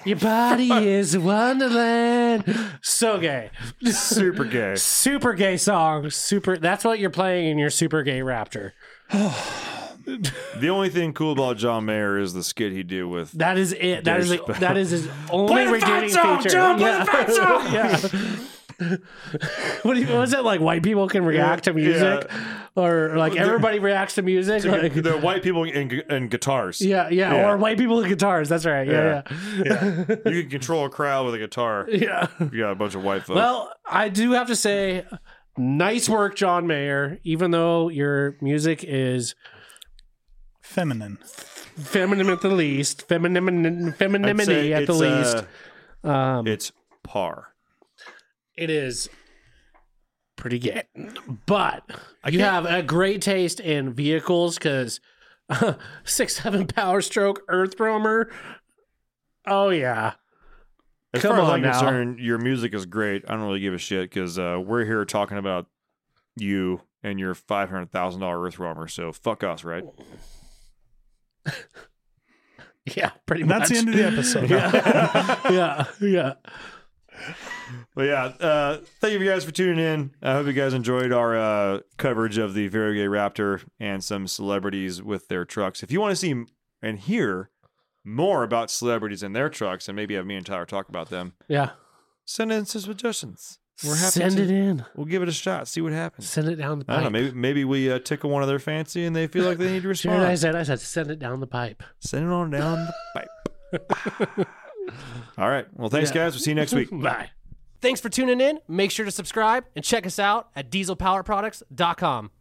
[SPEAKER 4] Your body is a wonderland. So gay.
[SPEAKER 3] Super
[SPEAKER 4] [LAUGHS]
[SPEAKER 3] gay.
[SPEAKER 4] Super gay song. Super. That's what you're playing in your super gay Raptor.
[SPEAKER 2] The only thing cool about John Mayer is the skit he did with
[SPEAKER 4] That is it. That is
[SPEAKER 2] There's-
[SPEAKER 4] that is his only
[SPEAKER 5] the
[SPEAKER 4] redeeming
[SPEAKER 5] fat song,
[SPEAKER 4] feature.
[SPEAKER 5] John, play the fat song.
[SPEAKER 4] [LAUGHS] Yeah. what, do you, what is it like? White people can react to music, or like everybody reacts to music. [LAUGHS] Like,
[SPEAKER 2] the white people and, gu- and guitars.
[SPEAKER 4] yeah, yeah,
[SPEAKER 2] Yeah.
[SPEAKER 4] or white people with guitars. That's right. Yeah,
[SPEAKER 2] You can control a crowd with a guitar.
[SPEAKER 4] yeah, yeah.
[SPEAKER 2] You got a bunch of white folks.
[SPEAKER 4] Well, I do have to say, nice work, John Mayer. Even though your music is
[SPEAKER 5] Feminine.
[SPEAKER 4] feminine at the least, feminine,
[SPEAKER 2] I'd say
[SPEAKER 4] femininity at the
[SPEAKER 2] it's,
[SPEAKER 4] least,
[SPEAKER 2] uh,
[SPEAKER 4] um,
[SPEAKER 2] it's par.
[SPEAKER 4] it is pretty gay. But you have
[SPEAKER 2] can't-
[SPEAKER 4] a great taste in vehicles because [LAUGHS] six seven Power Stroke Earth Roamer. Oh yeah,
[SPEAKER 2] As
[SPEAKER 4] Come
[SPEAKER 2] far as
[SPEAKER 4] on
[SPEAKER 2] I'm
[SPEAKER 4] now.
[SPEAKER 2] concerned, your music is great. I don't really give a shit because uh, we're here talking about you and your five hundred thousand dollar Earth roamer. So fuck us, right?
[SPEAKER 4] yeah, pretty
[SPEAKER 5] And
[SPEAKER 4] much.
[SPEAKER 5] that's the end of
[SPEAKER 2] [LAUGHS]
[SPEAKER 5] the episode.
[SPEAKER 4] yeah, [LAUGHS] yeah.
[SPEAKER 2] But yeah, uh, thank you guys for tuning in. I hope you guys enjoyed our uh, coverage of the Very Gay Raptor and some celebrities with their trucks. If you want to see and hear more about celebrities and their trucks, and maybe have me and Tyler talk about them,
[SPEAKER 4] yeah.
[SPEAKER 2] send in some suggestions. We're happy
[SPEAKER 4] Send
[SPEAKER 2] to-
[SPEAKER 4] it in.
[SPEAKER 2] We'll give it a shot. See what happens.
[SPEAKER 4] Send it down the
[SPEAKER 2] I don't know.
[SPEAKER 4] pipe.
[SPEAKER 2] Maybe maybe we uh, tickle one of their fancy and they feel like they need to
[SPEAKER 4] [LAUGHS] Sure, I
[SPEAKER 2] respond.
[SPEAKER 4] said I said send it down the pipe.
[SPEAKER 2] Send it on down the pipe.
[SPEAKER 4] [LAUGHS]
[SPEAKER 2] All right. Well, thanks, guys. We'll see you next week.
[SPEAKER 4] Bye.
[SPEAKER 7] Thanks for tuning in. Make sure to subscribe and check us out at dieselpowerproducts.com.